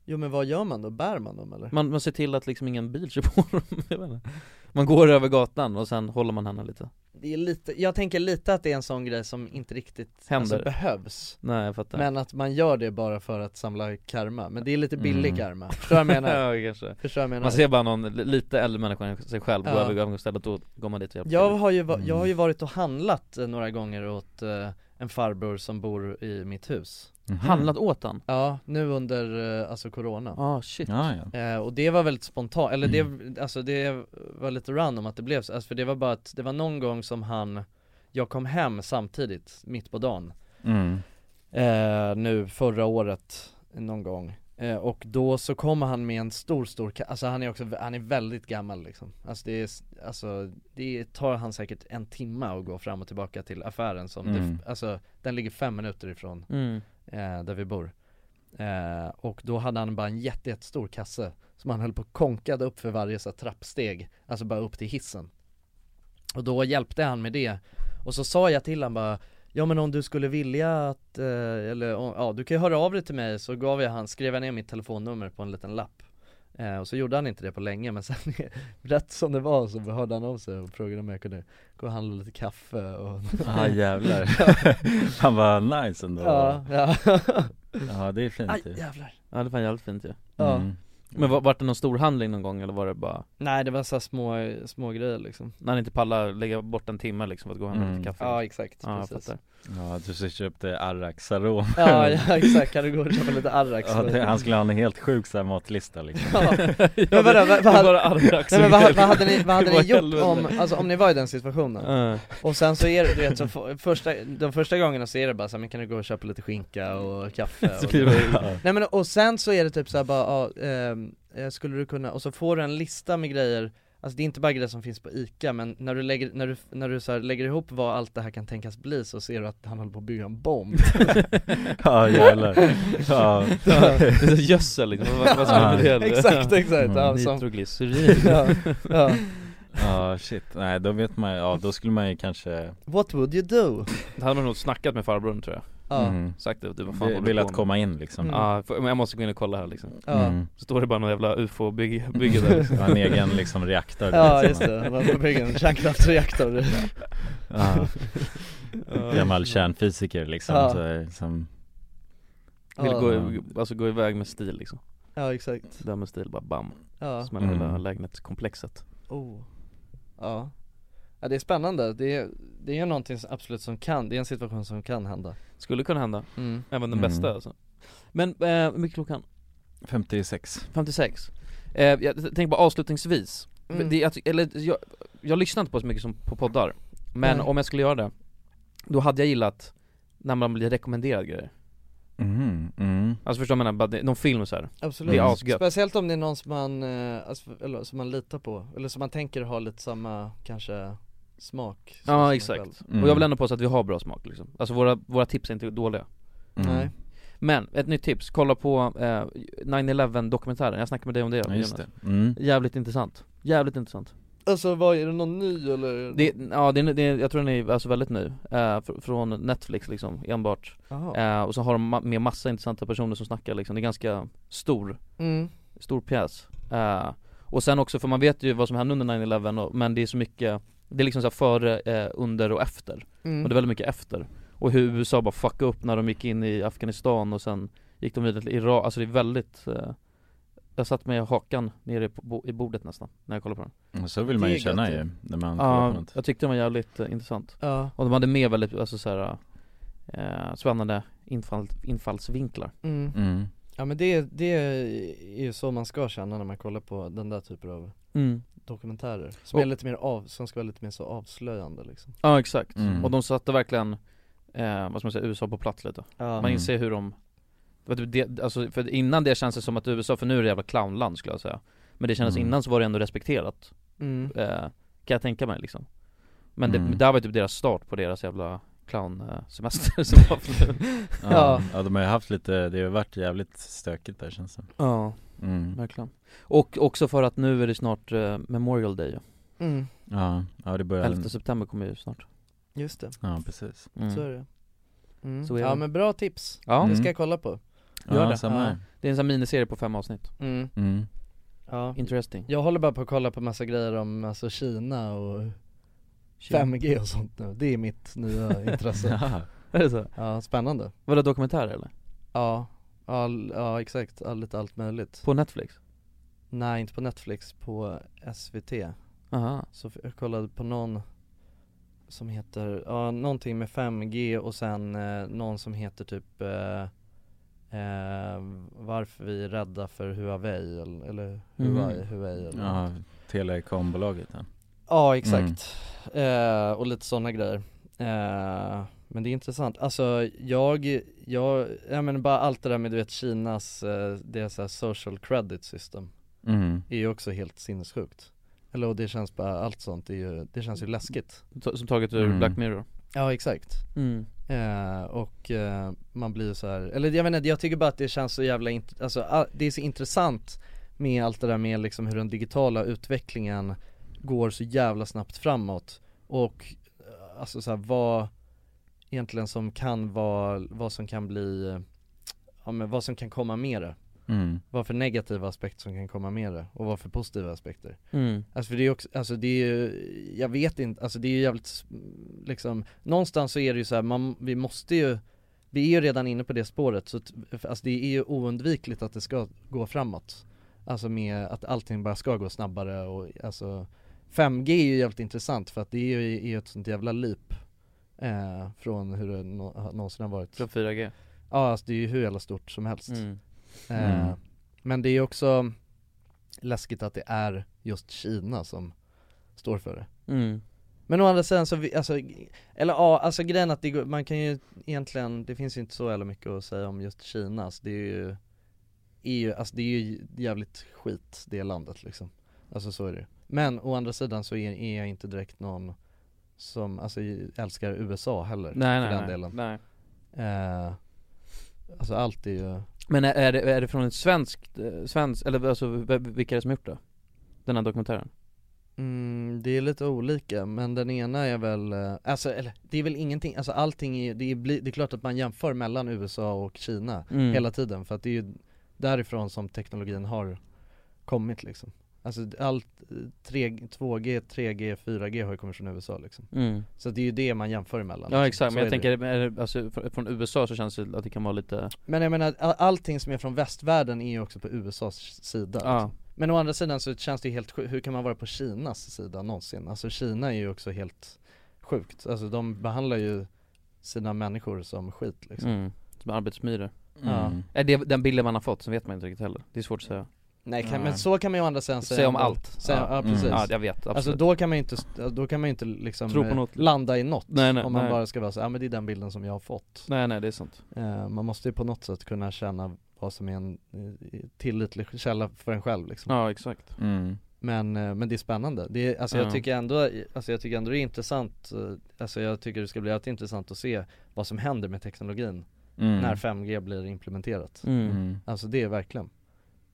Speaker 1: Jo men vad gör man då? Bär man dem eller?
Speaker 3: Man, man ser till att liksom ingen bil kör på dem, jag vet inte Man går över gatan och sen håller man henne lite
Speaker 1: Det är lite, jag tänker lite att det är en sån grej som inte riktigt
Speaker 3: Händer.
Speaker 1: alltså, behövs
Speaker 3: Nej jag fattar
Speaker 1: Men att man gör det bara för att samla karma, men det är lite billig
Speaker 3: Mm.
Speaker 1: karma, förstår vad jag menar?
Speaker 3: ja, kanske.
Speaker 1: Förstår vad jag menar?
Speaker 3: Man ser bara någon li- lite äldre människa än sig själv gå
Speaker 1: Ja.
Speaker 3: över övergångsstället, då går man dit och hjälper
Speaker 1: Jag
Speaker 3: till.
Speaker 1: har ju, va- jag har ju varit och handlat eh, några gånger åt eh, en farbror som bor i mitt hus
Speaker 3: Mhm. Handlat åt han?
Speaker 1: Ja, nu under eh, alltså corona
Speaker 3: Ah, shit. Ah, ja.
Speaker 1: Eh, Och det var väldigt spontant, eller det, alltså det var lite random att det blev så, alltså för det var bara att, det var någon gång som han, jag kom hem samtidigt, mitt på dagen
Speaker 2: Mm.
Speaker 1: eh, nu förra året någon gång eh, och då så kommer han med en stor, stor, ka- alltså han är också, han är väldigt gammal liksom Alltså det är, s- alltså det tar han säkert en timme att gå fram och tillbaka till affären som
Speaker 2: Mm.
Speaker 1: det, alltså den ligger fem minuter ifrån
Speaker 3: Mm.
Speaker 1: eh, där vi bor eh, Och då hade han bara en jätte, jättestor kasse som han höll på och konkade upp för varje så här, trappsteg, alltså bara upp till hissen och då hjälpte han med det Och så sa jag till han bara Ja men om du skulle vilja att, eh, eller om- ja du kan ju höra av dig till mig så gav jag han, skrev jag ner mitt telefonnummer på en liten lapp eh, Och så gjorde han inte det på länge men sen rätt som det var så hörde han av sig och frågade om jag kunde gå och handla lite kaffe och
Speaker 2: Ah jävlar, han var nice ändå
Speaker 1: Ja, ja.
Speaker 2: Ja, det är fint
Speaker 1: Mm. Aj,
Speaker 2: ju.
Speaker 1: jävlar.
Speaker 3: Ja det var jävligt fint ju
Speaker 1: Ja.
Speaker 2: Mm.
Speaker 3: Men var, vart det någon stor handling någon gång eller var det bara,
Speaker 1: Nej det var så här små, små grejer liksom
Speaker 3: när ni inte pallar lägga bort en timme liksom för att gå hem och
Speaker 2: Mm.
Speaker 3: dricka kaffe?
Speaker 1: Ja exakt,
Speaker 3: Ja, jag
Speaker 1: precis
Speaker 3: fattar.
Speaker 2: Ja, du så köpte Arrax Arom
Speaker 1: Ja, ja exakt, kan du gå och köpa lite Arrax?
Speaker 2: ja, det, Han skulle ha en helt sjuk så här matlista liksom
Speaker 1: Ja. Men vadå, vad, vad,
Speaker 3: Bara
Speaker 1: hade,
Speaker 3: Arrax
Speaker 1: nej, men vad, vad hade ni,
Speaker 3: Det
Speaker 1: vad hade ni
Speaker 3: var
Speaker 1: gjort
Speaker 3: helvete.
Speaker 1: om, alltså om ni var i den situationen?
Speaker 3: Ja.
Speaker 1: Och sen så är det, du vet, så för, första, de första gångerna så är det bara så här, men kan du gå och köpa lite skinka och kaffe?
Speaker 3: Så
Speaker 1: Och,
Speaker 3: blir det-
Speaker 1: Nej men och sen så är det typ så här bara, ja, ehm, eh, skulle du kunna, och så får du en lista med grejer Alltså det är inte bara grejer som finns på ICA men när du lägger, när du, när du så här lägger ihop vad allt det här kan tänkas bli så ser du att han håller på att bygga en bomb
Speaker 2: Ja jävlar Ja,
Speaker 3: Det är så gödsel liksom, vad, vad ska man
Speaker 2: Ja.
Speaker 3: med det?
Speaker 1: Exakt, exakt, ja, som-
Speaker 3: Nitroglycerin
Speaker 1: Ja, ja.
Speaker 2: Ja, shit, nej då vet man ju, ja då skulle man ju kanske
Speaker 1: What would you do?
Speaker 3: Det hade man nog snackat med farbrorn tror jag
Speaker 1: Ja.
Speaker 2: Mm.
Speaker 3: Sagt det, du vad fan
Speaker 2: Vi-
Speaker 3: håller du
Speaker 2: vill
Speaker 3: på
Speaker 2: att
Speaker 3: med?
Speaker 2: komma in, liksom. Mm.
Speaker 3: Ja, för- men jag måste gå in och kolla här liksom
Speaker 1: Ja.
Speaker 2: Mm.
Speaker 3: Så står det bara någon jävla ufo-bygge bygge där liksom.
Speaker 2: ha en egen liksom reaktor
Speaker 1: Ja
Speaker 2: liksom.
Speaker 1: just det, man får bygga en kärnkraftsreaktor
Speaker 2: Ja.
Speaker 3: Ja.
Speaker 2: Gammal kärnfysiker liksom
Speaker 1: Ja.
Speaker 2: så, här, som,
Speaker 3: Vill
Speaker 1: Ja.
Speaker 3: gå, alltså gå iväg med stil liksom
Speaker 1: Ja exakt,
Speaker 3: Där med stil, bara bam
Speaker 1: ja,
Speaker 3: Smäller hela
Speaker 2: Mm.
Speaker 3: lägenhetskomplexet
Speaker 1: oh. ja. ja det är spännande, det är, det är ju någonting som absolut som kan, det är en situation som kan hända
Speaker 3: Skulle kunna hända,
Speaker 1: Mm.
Speaker 3: även den
Speaker 2: Mm.
Speaker 3: bästa alltså Men, eh, hur mycket klockan?
Speaker 2: 56
Speaker 3: 56 eh, Jag tänker bara avslutningsvis
Speaker 1: Mm.
Speaker 3: det, är att- eller, jag, jag lyssnar inte på så mycket som på poddar Men
Speaker 1: Nej.
Speaker 3: om jag skulle göra det Då hade jag gillat när man blir rekommenderad grejer
Speaker 2: mm, mm.
Speaker 3: Alltså förstår du vad jag menar? Bara det- Någon film så här.
Speaker 1: Absolut,
Speaker 3: Det är asgött.
Speaker 1: speciellt om det är någon som man, eh, alltså, eller, som man litar på, eller som man tänker har lite samma kanske smak som
Speaker 3: Ja
Speaker 1: sig
Speaker 3: exakt,
Speaker 1: själv.
Speaker 2: Mm.
Speaker 3: och jag vill ändå påstå att vi har bra smak liksom Alltså våra, våra tips är inte dåliga
Speaker 2: Mm.
Speaker 1: Nej,
Speaker 3: Men, ett nytt tips, kolla på eh, 9-11 dokumentären, jag snackade med dig om det
Speaker 2: Ja,
Speaker 3: Jonas
Speaker 2: just det, mm.
Speaker 3: Jävligt intressant, jävligt intressant
Speaker 1: alltså vad, är det någon ny eller?
Speaker 3: det, Ja det, är- det, är- jag tror den är alltså väldigt ny, eh, fr- från Netflix liksom enbart
Speaker 1: Jaha.
Speaker 3: eh, Och så har de ma- med massa intressanta personer som snackar liksom, det är ganska stor,
Speaker 1: Mm.
Speaker 3: stor pjäs eh, Och sen också, för man vet ju vad som hände under 9-11 och, men det är så mycket Det är liksom så här före, eh, under och efter
Speaker 1: Mm.
Speaker 3: Och det är väldigt mycket efter Och hur USA bara fuckade upp när de gick in i Afghanistan och sen gick de vidare till Irak, alltså det är väldigt eh, Jag satt med hakan nere på, bo, i bordet nästan, när jag kollade på den
Speaker 2: Och Mm. så vill man
Speaker 1: Det
Speaker 2: ju
Speaker 1: är
Speaker 2: känna
Speaker 1: gött, ja.
Speaker 2: ju när man kollar
Speaker 3: Ja,
Speaker 2: på något
Speaker 3: jag tyckte den var jävligt eh, intressant
Speaker 1: Ja,
Speaker 3: Och de hade med väldigt, alltså så här, eh, spännande infall, infallsvinklar
Speaker 1: mm.
Speaker 2: mm.
Speaker 1: ja men det, det är ju så man ska känna när man kollar på den där typen av dokumentärer som
Speaker 3: Och-
Speaker 1: är lite mer av, som ska vara lite mer så avslöjande liksom
Speaker 3: Ja exakt,
Speaker 2: Mm.
Speaker 3: och de satte verkligen, eh, vad ska man säga, USA på plats lite
Speaker 1: Ja,
Speaker 3: Man inser hur de, det var typ det, alltså för innan det känns det som att USA, för nu är det jävla clownland skulle jag säga Men det kändes
Speaker 2: Mm.
Speaker 3: innan så var det ändå respekterat
Speaker 1: mm.
Speaker 3: eh, Kan jag tänka mig liksom Men det,
Speaker 2: Mm.
Speaker 3: där var typ deras start på deras jävla clownsemester som var för nu
Speaker 2: ja. ja, de har ju haft lite, det har varit jävligt stökigt där känns det
Speaker 3: Ja,
Speaker 2: mm.
Speaker 3: verkligen Och också för att nu är det snart eh, Memorial Day ju.
Speaker 1: Mm.
Speaker 2: Ja, ja det börjar
Speaker 3: 11 september kommer ju snart
Speaker 1: Just det,
Speaker 2: Ja precis
Speaker 3: Mm.
Speaker 1: så är det mm.
Speaker 3: Så är
Speaker 1: Ja
Speaker 3: det.
Speaker 1: men bra tips,
Speaker 3: Ja,
Speaker 1: det
Speaker 2: Mm.
Speaker 1: ska jag kolla på
Speaker 3: Gör
Speaker 2: Ja,
Speaker 3: det.
Speaker 2: samma här
Speaker 3: det är en sån här miniserie på fem avsnitt
Speaker 1: mm.
Speaker 2: mm.
Speaker 1: Ja.
Speaker 10: Interesting.
Speaker 1: Jag håller bara på att kolla på massa grejer om alltså Kina och
Speaker 10: Kina.
Speaker 1: 5G och sånt nu, det är mitt nya intresse
Speaker 10: Jaha. Är det så?
Speaker 1: Ja, spännande
Speaker 10: Vadå dokumentärer eller?
Speaker 1: Ja, all, ja exakt, all, lite allt möjligt
Speaker 10: På Netflix?
Speaker 1: Nej inte på Netflix, på SVT
Speaker 10: Aha.
Speaker 1: Så f- jag kollade på någon som heter, ja någonting med 5G och sen eh, någon som heter typ eh, eh, Varför vi är rädda för Huawei eller, eller Huawei,
Speaker 2: Mhm.
Speaker 1: Huawei eller
Speaker 2: Ja,
Speaker 1: något.
Speaker 2: telekombolaget ja.
Speaker 1: Ja exakt,
Speaker 2: Mm.
Speaker 1: eh, och lite sådana grejer eh, Men det är intressant, alltså jag, jag, jag menar bara allt det där med du vet Kinas, eh, deras så här social credit system
Speaker 2: Mm.
Speaker 1: Är ju också helt sinnessjukt Eller och det känns bara, allt sånt är ju, det känns ju läskigt
Speaker 10: Ta- Som taget ur
Speaker 2: Mm.
Speaker 10: Black Mirror?
Speaker 1: Ja exakt
Speaker 10: Mm.
Speaker 1: eh, Och eh, man blir ju så här, eller jag vet inte, jag tycker bara att det känns så jävla, int- alltså all, det är så intressant med allt det där med liksom hur den digitala utvecklingen går så jävla snabbt framåt och eh, alltså så här, vad egentligen som kan vara, vad som kan bli, eh, ja men vad som kan komma med det
Speaker 2: Mm.
Speaker 1: vad för negativa aspekter som kan komma med det och vad för positiva aspekter
Speaker 10: Mm.
Speaker 1: Alltså för det är också, alltså det är ju, jag vet inte, alltså det är ju jävligt liksom Någonstans så är det ju så här, man, vi måste ju Vi är ju redan inne på det spåret så att, alltså det är ju oundvikligt att det ska gå framåt Alltså med att allting bara ska gå snabbare och alltså 5G är ju jävligt intressant för att det är ju är ju ett sånt jävla leap eh, Från hur det nå- någonsin har varit
Speaker 10: Från 4G?
Speaker 1: Ja alltså det är ju hur jävla stort som helst
Speaker 10: Mm.
Speaker 1: Eh,
Speaker 2: Mm.
Speaker 1: Men det är ju också läskigt att det är just Kina som står för det
Speaker 10: Mm.
Speaker 1: Men å andra sidan så, vi, alltså, eller ja, alltså grejen att det, går- man kan ju egentligen, det finns ju inte så jävla mycket att säga om just Kina, alltså, det är ju, är ju, alltså det är ju jävligt skit det landet liksom Alltså så är det ju. Men å andra sidan så är, är jag inte direkt någon som, alltså älskar USA heller
Speaker 10: Nej,
Speaker 1: för
Speaker 10: nej,
Speaker 1: den
Speaker 10: nej.
Speaker 1: delen
Speaker 10: Nej.
Speaker 1: eh, Alltså allt är ju
Speaker 10: Men är- är det, är det från en svensk, eh, svensk, eller alltså v- vilka är det som gjort det? Den här dokumentären?
Speaker 1: Mm, det är lite olika, men den ena är väl, eh, alltså eller, det är väl ingenting, alltså allting är, det är, bli- det är klart att man jämför mellan USA och Kina
Speaker 10: Mm.
Speaker 1: hela tiden för att det är ju därifrån som teknologin har kommit liksom Alltså allt, eh, 3, 2G, 3G, 4G har ju kommit från USA liksom
Speaker 10: Mm.
Speaker 1: Så det är ju det man jämför mellan
Speaker 10: Ja
Speaker 1: liksom.
Speaker 10: exakt,
Speaker 1: Så
Speaker 10: men
Speaker 1: är
Speaker 10: jag
Speaker 1: det ju.
Speaker 10: tänker, är det, alltså, fr- från USA så känns det att det kan vara lite
Speaker 1: Men jag menar, all- allting som är från västvärlden är ju också på USAs sida
Speaker 10: Ja.
Speaker 1: liksom. Men å andra sidan så känns det ju helt sjukt, hur kan man vara på Kinas sida någonsin? Alltså Kina är ju också helt sjukt, alltså de behandlar ju sina människor som skit liksom
Speaker 10: mm. som arbetsmyror
Speaker 1: Ja. Mm.
Speaker 10: Är det den bilden man har fått, så vet man inte riktigt heller Det är svårt att säga
Speaker 1: Nej kan,
Speaker 10: Nej.
Speaker 1: men så kan man ju å andra sidan säga,
Speaker 10: Säga om allt.
Speaker 1: säga,
Speaker 10: Ja.
Speaker 1: ja. precis
Speaker 10: Mm. Ja, jag vet, absolut.
Speaker 1: Alltså då kan man ju inte, st- då kan man ju inte liksom
Speaker 10: Tro på
Speaker 1: eh,
Speaker 10: något.
Speaker 1: landa i något
Speaker 10: Nej, nej,
Speaker 1: Om man
Speaker 10: nej.
Speaker 1: bara ska vara så, ja men det är den bilden som jag har fått
Speaker 10: Nej nej det är sant
Speaker 1: Eh, Man måste ju på något sätt kunna känna vad som är en eh, tillitlig källa för en själv liksom
Speaker 10: Ja exakt
Speaker 2: Mm.
Speaker 1: Men, eh, men det är spännande. Det är, alltså
Speaker 10: Ja.
Speaker 1: jag tycker ändå, alltså jag tycker ändå det är intressant, eh, alltså jag tycker det ska bli alltid intressant att se vad som händer med teknologin
Speaker 2: Mm.
Speaker 1: när 5G blir implementerat.
Speaker 10: Mm.
Speaker 2: Mm.
Speaker 1: Alltså det är verkligen,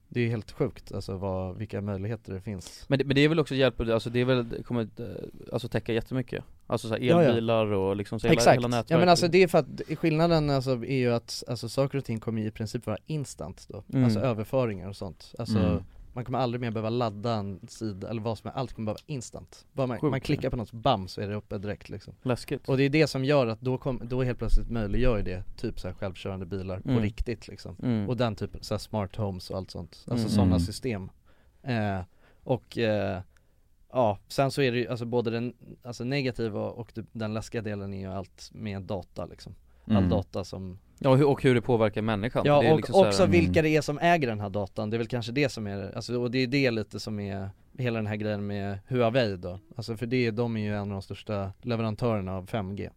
Speaker 1: det är helt sjukt alltså vad, vilka möjligheter det finns.
Speaker 10: men det, men det är väl också hjälp, alltså det är väl, det kommer eh, alltså täcka jättemycket Alltså så här
Speaker 1: Ja, ja.
Speaker 10: elbilar och liksom så hela,
Speaker 1: Exakt,
Speaker 10: hela nätverk
Speaker 1: ja men alltså det är för att skillnaden alltså är ju att alltså, saker och ting kommer ju i princip vara instant då,
Speaker 10: Mm.
Speaker 1: alltså överföringar och sånt. Alltså
Speaker 2: Mm.
Speaker 1: man kommer aldrig mer behöva ladda en sida eller vad som helst, allt kommer bara vara instant. Bara man,
Speaker 10: Sjukt,
Speaker 1: man
Speaker 10: ja.
Speaker 1: klickar på något, bam så är det uppe direkt liksom.
Speaker 10: Läskigt
Speaker 1: Och det är det som gör att då, kom, då helt plötsligt möjliggör ju det typ så här självkörande bilar på
Speaker 10: Mm.
Speaker 1: riktigt liksom
Speaker 10: Mm.
Speaker 1: Och den typen, så här smart homes och allt sånt, alltså
Speaker 10: Mm.
Speaker 1: sådana
Speaker 2: Mm.
Speaker 1: system eh, Och eh, ja, sen så är det ju alltså både den alltså negativa och det- den läskiga delen är ju allt med data liksom All
Speaker 2: Mm.
Speaker 1: data som,
Speaker 10: Ja och hur, och hur det påverkar människan
Speaker 1: ja
Speaker 10: det är
Speaker 1: och
Speaker 10: liksom så här-
Speaker 1: också vilka det är som äger den här datan, det är väl kanske det som är, alltså, och det är det lite som är Hela den här grejen med Huawei då, alltså för det, de är ju en av de största leverantörerna av 5G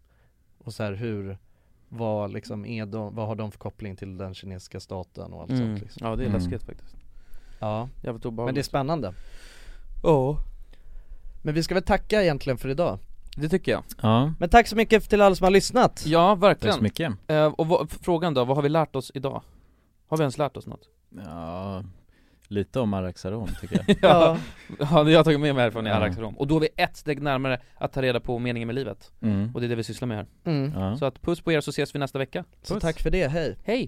Speaker 1: Och så här hur, vad liksom är de, vad har de för koppling till den kinesiska staten och allt
Speaker 10: mm.
Speaker 1: sånt liksom
Speaker 10: Ja det är
Speaker 2: Mm.
Speaker 10: läskigt faktiskt
Speaker 1: Ja,
Speaker 10: Jävligt
Speaker 1: men det är
Speaker 10: obehagligt
Speaker 1: spännande
Speaker 10: Ja
Speaker 1: Men vi ska väl tacka egentligen för idag
Speaker 10: Det tycker jag
Speaker 2: Ja,
Speaker 1: Men tack så mycket till alla som har lyssnat!
Speaker 10: Ja
Speaker 2: tack
Speaker 10: verkligen
Speaker 2: så mycket.
Speaker 10: Eh, och vad, f- frågan då, vad har vi lärt oss idag? Har vi ens lärt oss något?
Speaker 2: Ja, lite om Araxaron tycker jag.
Speaker 1: Ja.
Speaker 10: ja det har jag tagit med mig härifrån i
Speaker 2: Ja.
Speaker 10: Araxarom Och då är vi ett steg närmare att ta reda på meningen med livet
Speaker 2: Mm.
Speaker 10: Och det är det vi sysslar med här
Speaker 1: Mm.
Speaker 2: Ja.
Speaker 10: Så att puss på er så ses vi nästa vecka
Speaker 1: Så tack för det, hej!
Speaker 10: Hej!